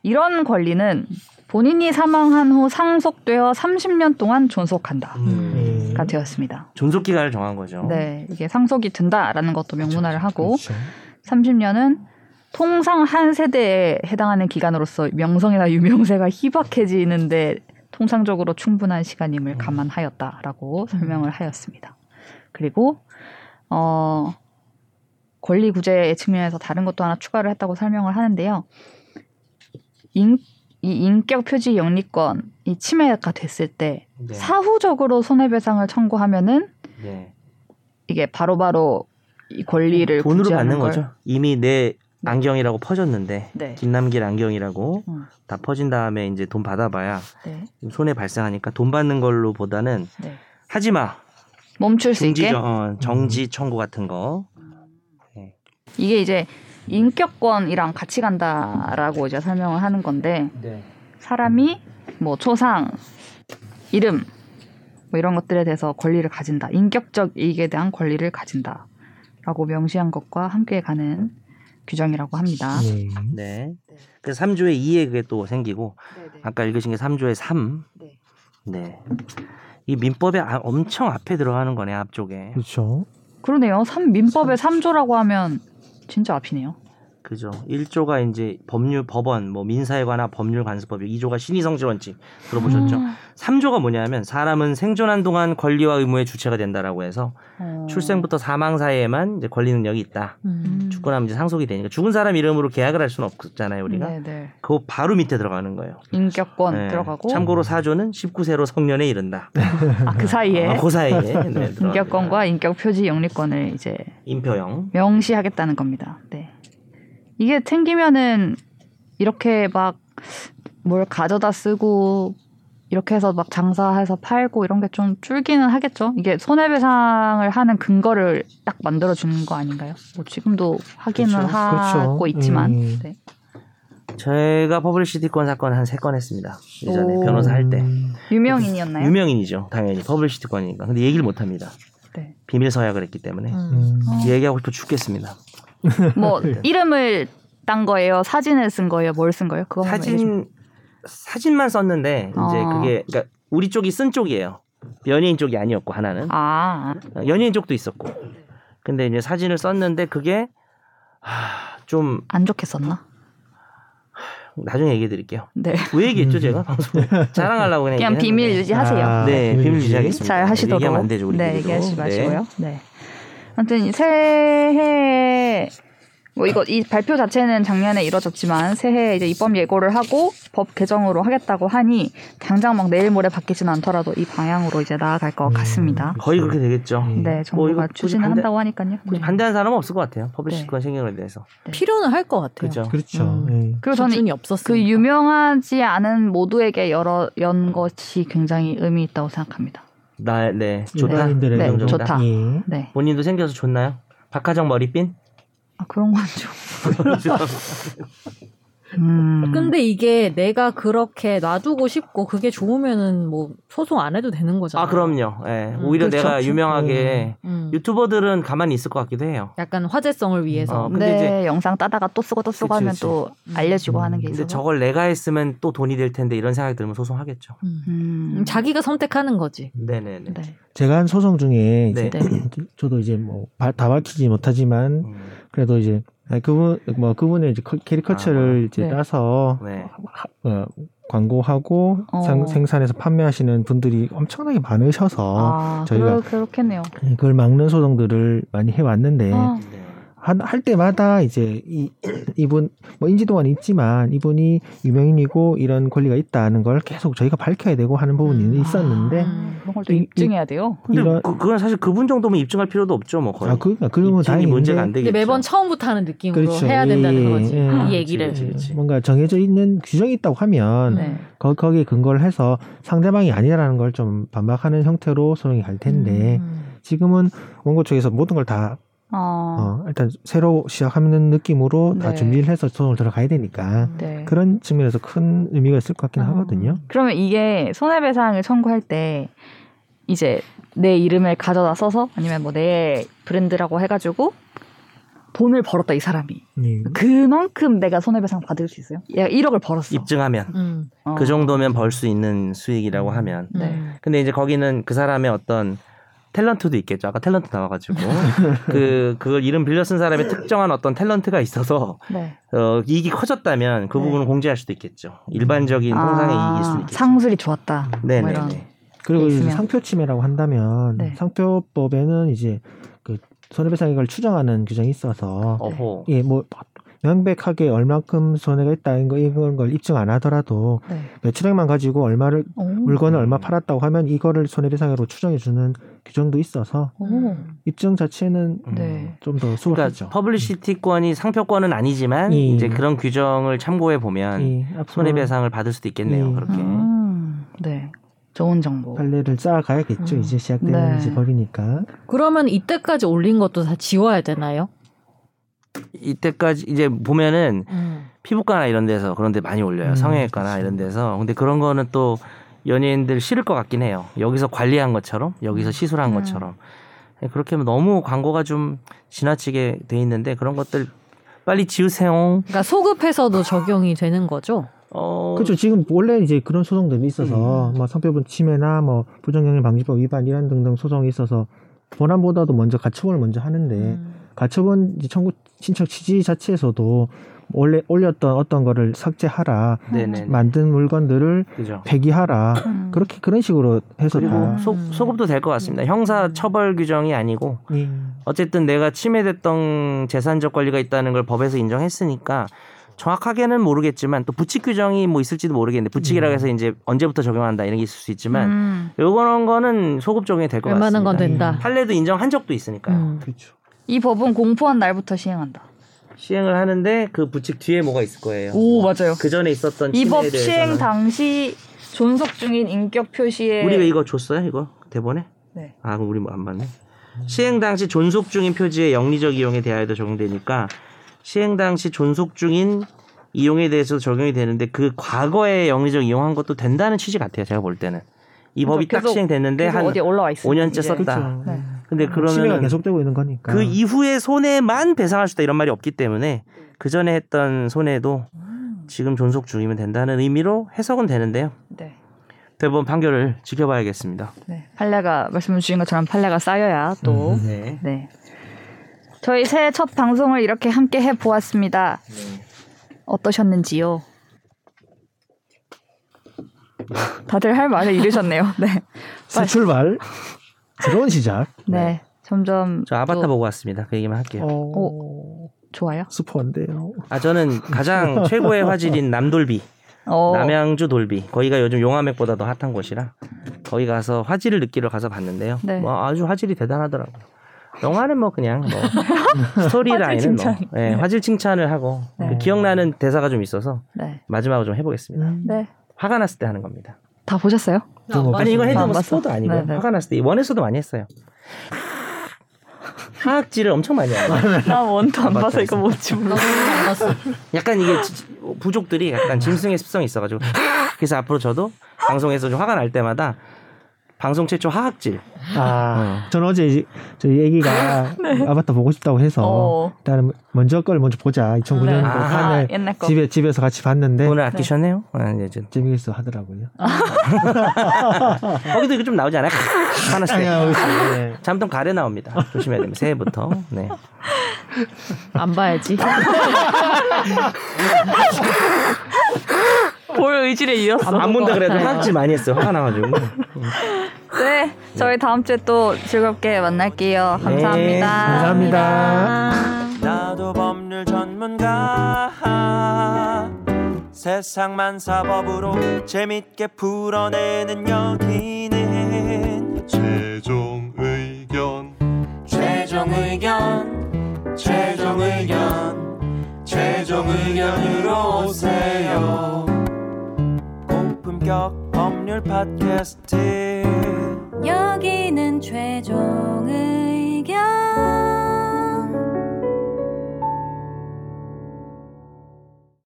A: 이런 권리는 본인이 사망한 후 상속되어 30년 동안 존속한다가
B: 음.
E: 음.
A: 되었습니다.
B: 존속 기간을 정한 거죠
A: 네. 이게 상속이 든다라는 것도 명문화를 하고
E: 그렇죠.
A: 30년은 통상 한 세대에 해당하는 기간으로서 명성이나 유명세가 희박해지는데 통상적으로 충분한 시간임을
B: 음.
A: 감안하였다라고 설명을 하였습니다. 그리고 어 권리 구제의 측면에서 다른 것도 하나 추가를 했다고 설명을 하는데요. 인, 이 인격 표지 영리권이 침해가 됐을 때
B: 네.
A: 사후적으로 손해배상을 청구하면은
B: 네.
A: 이게 바로바로 이 권리를
B: 돈으로
A: 구제하는
B: 받는
A: 걸-
B: 거죠 이미 내 안경이라고 퍼졌는데
A: 네.
B: 김남길 안경이라고
A: 음.
B: 다 퍼진 다음에 이제 돈 받아봐야
A: 네.
B: 손해 발생하니까 돈 받는 걸로보다는
A: 네.
B: 하지마
A: 멈출 수
B: 중지
A: 있게 음.
B: 어, 정지 청구 같은 거
A: 이게 이제 인격권이랑 같이 간다라고 이제 설명을 하는 건데
B: 네.
A: 사람이 뭐 초상 이름 뭐 이런 것들에 대해서 권리를 가진다 인격적 이익에 대한 권리를 가진다라고 명시한 것과 함께 가는 규정이라고 합니다.
E: 예.
B: 네. 그래서 3조의 2에 그게 또 생기고 아까 읽으신 게 3조의 3.
A: 네.
B: 네. 이 민법에 아- 엄청 앞에 들어가는 거네 앞쪽에.
E: 그렇죠.
A: 그러네요. 삼 민법의 3조라고 하면 진짜 앞이네요.
B: 그죠. 1조가 이제 법률 법원 뭐 민사에 관한 법률 간섭법이 2조가 신의성지 원칙 들어보셨죠?
A: 음.
B: 3조가 뭐냐면 사람은 생존한 동안 권리와 의무의 주체가 된다라고 해서
A: 어.
B: 출생부터 사망 사이에만 이제 권리 능력이 있다.
A: 음.
B: 죽고 나면 이제 상속이 되니까 죽은 사람 이름으로 계약을 할 수는 없잖아요, 우리가.
A: 네네
B: 그거 바로 밑에 들어가는 거예요.
A: 인격권
B: 네.
A: 들어가고
B: 참고로 4조는 19세로 성년에 이른다.
A: 아, 그 사이에
B: 아, 그 사이에 네,
A: 인격권과 인격 표지 영리권을 이제
B: 인표형.
A: 명시하겠다는 겁니다. 네. 이게 생기면은 이렇게 막 뭘 가져다 쓰고 이렇게 해서 막 장사해서 팔고 이런 게 좀 줄기는 하겠죠. 이게 손해배상을 하는 근거를 딱 만들어 주는 거 아닌가요? 뭐 지금도 하기는
B: 그렇죠.
A: 하고
E: 그렇죠.
A: 있지만
E: 음.
A: 네.
B: 제가 퍼블리시티권 사건 한 세 건 했습니다. 예전에
A: 오. 네.
B: 변호사 할 때.
E: 음.
A: 유명인이었나요?
B: 유명인이죠. 당연히 퍼블리시티권이니까. 근데 얘기를 못 합니다.
A: 네.
B: 비밀 서약을 했기 때문에.
E: 음.
B: 얘기하고 싶어 죽겠습니다.
A: 뭐 이름을 딴 거예요, 사진을 쓴 거예요, 뭘 쓴 거예요? 그거
B: 사진 사진만 썼는데 이제
A: 어.
B: 그게 그러니까 우리 쪽이 쓴 쪽이에요. 연예인 쪽이 아니었고 하나는
A: 아
B: 연예인 쪽도 있었고. 근데 이제 사진을 썼는데 그게 하, 좀
A: 안 좋게 썼나?
B: 나중에 얘기해 드릴게요.
A: 네.
B: 왜 얘기했죠 제가 방송에 자랑하려고 그냥
A: 그냥
B: 얘기했는데.
A: 비밀 유지하세요.
E: 음. 네. 아,
B: 네,
E: 비밀
B: 비밀
E: 유지.
B: 유지하겠습니다.
A: 잘 하시도록
B: 얘기하면 안 되죠, 우리
A: 네,
B: 얘기도.
A: 얘기하지
B: 네.
A: 마시고요. 네. 아무튼 이 새해 뭐 이거 이 발표 자체는 작년에 이뤄졌지만 새해 이제 입법 예고를 하고 법 개정으로 하겠다고 하니 당장 막 내일 모레 바뀌진 않더라도 이 방향으로 이제 나아갈 것 같습니다.
B: 거의 그렇게 되겠죠.
E: 음.
A: 네,
B: 음. 뭐
A: 정부가
B: 이거 그 굳이
A: 추진을
B: 반대-
A: 한다고 네. 하니까요. 네.
B: 굳이 반대하는 사람은 없을 것 같아요. 퍼블리시권 생겨에 대해서.
C: 필요는 할 것 같아요.
B: 그죠.
E: 그렇죠.
D: 음.
E: 예.
A: 그리고 저는
C: 수준이 없었어요.
A: 그 유명하지 않은 모두에게 열어 연 것이 굉장히 의미 있다고 생각합니다.
B: 나, 네, 좋다.
E: 일반인들의
A: 네,
B: 긍정적이다.
A: 좋다.
E: 예.
A: 네,
B: 본인도 생겨서 좋나요? 박하정 머리핀?
A: 아, 그런 건 좀. 음.
C: 근데 이게 내가 그렇게 놔두고 싶고 그게 좋으면은 뭐 소송 안 해도 되는 거잖아.
B: 아, 그럼요. 예.
C: 음,
B: 오히려
E: 그렇죠.
B: 내가 유명하게
C: 음.
B: 유튜버들은 가만히 있을 것 같기도 해요.
C: 약간 화제성을 위해서.
B: 어,
A: 내
B: 근데 이제
A: 네, 영상 따다가 또 쓰고 또 쓰고
B: 그치,
A: 하면
B: 그치.
A: 또
C: 음.
A: 알려주고 하는 게
B: 근데
A: 있어서.
B: 저걸 내가 했으면 또 돈이 될 텐데 이런 생각이 들면 소송하겠죠.
C: 음.
A: 음.
C: 자기가 선택하는 거지.
B: 네네네.
A: 네.
D: 제가 한 소송 중에 이제
B: 네.
A: 네.
D: 저도 이제 뭐 다 밝히지 못하지만
B: 음,
D: 그래도 이제 아니, 그분 뭐 그분의 이제 커- 캐리커처를 이제
C: 네.
D: 따서
B: 네.
D: 어, 광고하고
A: 어.
D: 상- 생산해서 판매하시는 분들이 엄청나게 많으셔서
A: 아,
D: 저희가-
A: 그러, 그렇겠네요.
D: 그걸 막는 소송들을 많이 해왔는데
A: 아,
B: 네.
D: 한, 할 때마다 이제 이, 이분 뭐 인지도는 있지만 이분이 유명인이고 이런 권리가 있다는 걸 계속 저희가 밝혀야 되고 하는 부분이
C: 음.
D: 있었는데
A: 음, 그런 걸 또
D: 이- 이-
A: 입증해야 돼요.
B: 근데
D: 이런
B: 그, 그건 사실 그분 정도면 입증할 필요도 없죠, 뭐 거의.
D: 아 그러니까 그러면
B: 입증이
D: 다행인데
B: 문제가 안 되겠죠.
C: 근데 매번 처음부터 하는 느낌으로
D: 그렇죠.
C: 해야 된다는
D: 예,
C: 거지.
D: 예.
C: 이 얘기를.
B: 그치, 그치.
D: 뭔가 정해져 있는 규정이 있다고 하면
A: 네.
D: 거, 거기에 근거를 해서 상대방이 아니라는 걸 좀 반박하는 형태로 소송이 갈 텐데
C: 음.
D: 지금은 원고 쪽에서 모든 걸 다
A: 아,
D: 어, 일단 새로 시작하는 느낌으로 다
A: 네.
D: 준비를 해서 소송을 들어가야 되니까
A: 네.
D: 그런 측면에서 큰 의미가 있을 것 같긴
C: 어.
D: 하거든요.
A: 그러면 이게 손해배상을 청구할 때 이제 내 이름을 가져다 써서 아니면 뭐 내 브랜드라고 해가지고 돈을 벌었다 이 사람이
B: 음.
D: 예.
A: 그만큼 내가 손해배상 받을 수 있어요? 얘가 1억을 벌었어.
B: 입증하면
C: 음.
A: 어.
B: 그 정도면 벌 수 있는 수익이라고 하면.
A: 네.
C: 음.
B: 근데 이제 거기는 그 사람의 어떤 탤런트도 있겠죠. 아까 탤런트 나와가지고 그 그걸 이름 빌려 쓴 사람의 특정한 어떤 탤런트가 있어서
A: 네.
B: 어, 이익이 커졌다면 그
A: 네.
B: 부분은 공제할 수도 있겠죠. 일반적인
C: 아,
B: 통상의 이익일 수도
A: 아,
B: 있겠죠. 음.
A: 상술이 좋았다. 뭐 이런.
B: 네네네.
D: 그리고 이제
A: 있으면.
D: 상표 침해라고 한다면
A: 네.
D: 상표법에는 이제 그 손해배상액을 추정하는 규정이 있어서
B: 어허.
C: 네.
D: 예, 뭐 명백하게 얼만큼 손해가 있다는 거 이런 걸 입증 안 하더라도
A: 네.
D: 매출액만 가지고 얼마를
A: 오.
D: 물건을 얼마 팔았다고 하면 이거를 손해배상액으로 추정해 주는 규정도 있어서
C: 음.
A: 오.
D: 입증 자체는
B: 음.
A: 네.
D: 좀 더
B: 그러니까
D: 수월하죠.
B: 퍼블리시티권이 상표권은 아니지만
D: 예.
B: 이제 그런 규정을 참고해 보면
D: 예, 앞으로
B: 손해배상을 받을 수도 있겠네요.
D: 예.
B: 그렇게.
A: 음, 네. 좋은 정보.
D: 판례를 쌓아가야겠죠.
C: 음.
D: 이제 시작되는
A: 네.
D: 이제 벌이니까.
C: 그러면 이때까지 올린 것도 다 지워야 되나요?
B: 이때까지 이제 보면은
C: 음.
B: 피부과나 이런 데서 그런 데 많이 올려요.
D: 음,
B: 성형외과나
D: 그치.
B: 이런 데서. 근데 그런 거는 또 연예인들 싫을 것 같긴 해요. 여기서 관리한 것처럼, 여기서 시술한
A: 음.
D: 네.
B: 것처럼. 네, 그렇게 하면 너무 광고가 좀 지나치게 돼 있는데 그런 것들 빨리 지우세요.
C: 그러니까 소급해서도 적용이 되는 거죠.
B: 어, 음.
D: 그렇죠. 지금 원래 이제 그런 소송들이 있어서 뭐 성표분 침해나 뭐 부정경영 방지법 위반 이런 등등 소송이 있어서 본안보다도 먼저 가처분을 먼저 하는데
C: 음.
D: 가처분 이제 청구 신청 취지 자체에서도 원래 올렸던 어떤 거를 삭제하라
B: 네네.
D: 만든 물건들을
B: 그죠.
D: 폐기하라
A: 음.
D: 그렇게 그런 식으로 해서
B: 그리고
D: 다
B: 소, 소급도 될 것
D: 음.
B: 같습니다. 형사 처벌 규정이 아니고
D: 예.
B: 어쨌든 내가 침해됐던 재산적 권리가 있다는 걸 법에서 인정했으니까 정확하게는 모르겠지만 또 부칙 규정이 뭐 있을지도 모르겠는데 부칙이라고 해서 이제 언제부터 적용한다 이런 게 있을 수 있지만
A: 음.
B: 요거는 거는 소급 적용이 될 것 같습니다. 예.
C: 웬만한 건 된다.
B: 판례도 인정한 적도 있으니까요.
C: 음.
D: 그렇죠.
A: 이 법은 공포한 날부터 시행한다.
B: 시행을 하는데 그 부칙 뒤에 뭐가 있을 거예요.
A: 오, 맞아요.
B: 그 전에 있었던
A: 이
B: 침해에
A: 법 시행
B: 대해서는
A: 당시 존속 중인 인격 표시에
B: 우리가 이거 줬어요 이거 대본에?
A: 예. 네.
B: 아 그럼 우리 뭐안 봤네. 시행 당시 존속 중인 표지의 영리적 이용에 대하여도 적용되니까 시행 당시 존속 중인 이용에 대해서도 적용이 되는데 그 과거에 영리적 이용한 것도 된다는 취지 같아요 제가 볼 때는 이 법이
A: 그러니까
B: 딱
A: 계속-
B: 시행됐는데
A: 그래서
B: 한
A: 어디에 올라와 있어.
B: 5년째
A: 이제.
B: 썼다.
D: 그렇죠.
A: 네.
B: 근데
D: 침해가
B: 그러면
D: 계속되고 있는 거니까.
B: 그 이후에 손해만 배상할 수 있다 이런 말이 없기 때문에 그 전에 했던 손해도
A: 음.
B: 지금 존속 중이면 된다는 의미로 해석은 되는데요
A: 네.
B: 대법원 판결을 지켜봐야겠습니다.
A: 네. 판례가 말씀 주신 것처럼 판례가 쌓여야 또
D: 음,
B: 네.
A: 네. 저희 새해 첫 방송을 이렇게 함께 해 보았습니다.
B: 네.
A: 어떠셨는지요? 다들 할 말을 잃으셨네요. 네.
D: 새 출발 새로운 시작.
A: 네. 점점
B: 저 아바타
A: 또 어.
B: 보고 왔습니다. 그 얘기만 할게요.
D: 어...
A: 좋아요.
D: 스포인데요.
B: 아 저는 가장 최고의 화질인 남돌비
A: 어.
B: 남양주 돌비 거기가 요즘 용암맥보다 더 핫한 곳이라 거기 가서 화질을 느끼러 가서 봤는데요.
A: 네.
B: 뭐 아주 화질이 대단하더라고요. 영화는 뭐 그냥 뭐 스토리
A: 화질
B: 라인은 뭐
A: 칭찬.
B: 예, 화질 칭찬을 하고
A: 네.
B: 그 기억나는 대사가 좀 있어서
A: 네.
B: 마지막으로 좀 해보겠습니다.
A: 네.
B: 화가 났을 때 하는 겁니다.
A: 다 보셨어요?
B: 아니 이건
A: 아,
B: 해도 뭐
A: 맞아.
B: 스포도 아니고
A: 네, 네.
B: 화가 났을 때 원에서도 많이 했어요. 하악질을 엄청 많이 하고
A: 나 원도 안
B: 봐서
A: 봐서
B: 이거
A: 이거 뭔지 몰라.
B: 약간 이게 지- 지- 부족들이 약간 짐승의 습성이 있어가지고 그래서 앞으로 저도 방송에서 좀 화가 날 때마다 방송 최초 하악질
D: 아, 전 어제 이제 저희 애기가 아바타 보고 싶다고 해서
A: 네. 어.
D: 일단은 먼저 걸 먼저 보자. 2009년도
A: 네.
B: 아,
D: 판을
A: 옛날 거.
D: 집에 집에서 같이 봤는데
B: 돈을 아끼셨네요. 아, 이제 좀.
D: 재미있어 하더라고요.
A: 아,
B: 거기도 이거 좀 나오지 않아요? 하나씩
D: 네.
B: 잠통 가래 나옵니다. 조심해야 됩니다. 새해부터 네.
C: 안 봐야지.
A: 볼 의지를 잃었어.
B: 안 본다 그래도 한지 많이 했어. 화가 나가지고.
A: 네, 저희 다음 주에 또 즐겁게 만날게요.
B: 네,
A: 감사합니다.
D: 감사합니다.
F: 나도 법률 전문가 세상만 사법으로 재밌게 풀어내는 여기는
G: 최종 의견
F: 최종 의견 최종 의견 최종 의견으로 오세요 고품격 법률 팟캐스트
H: 여기는 최종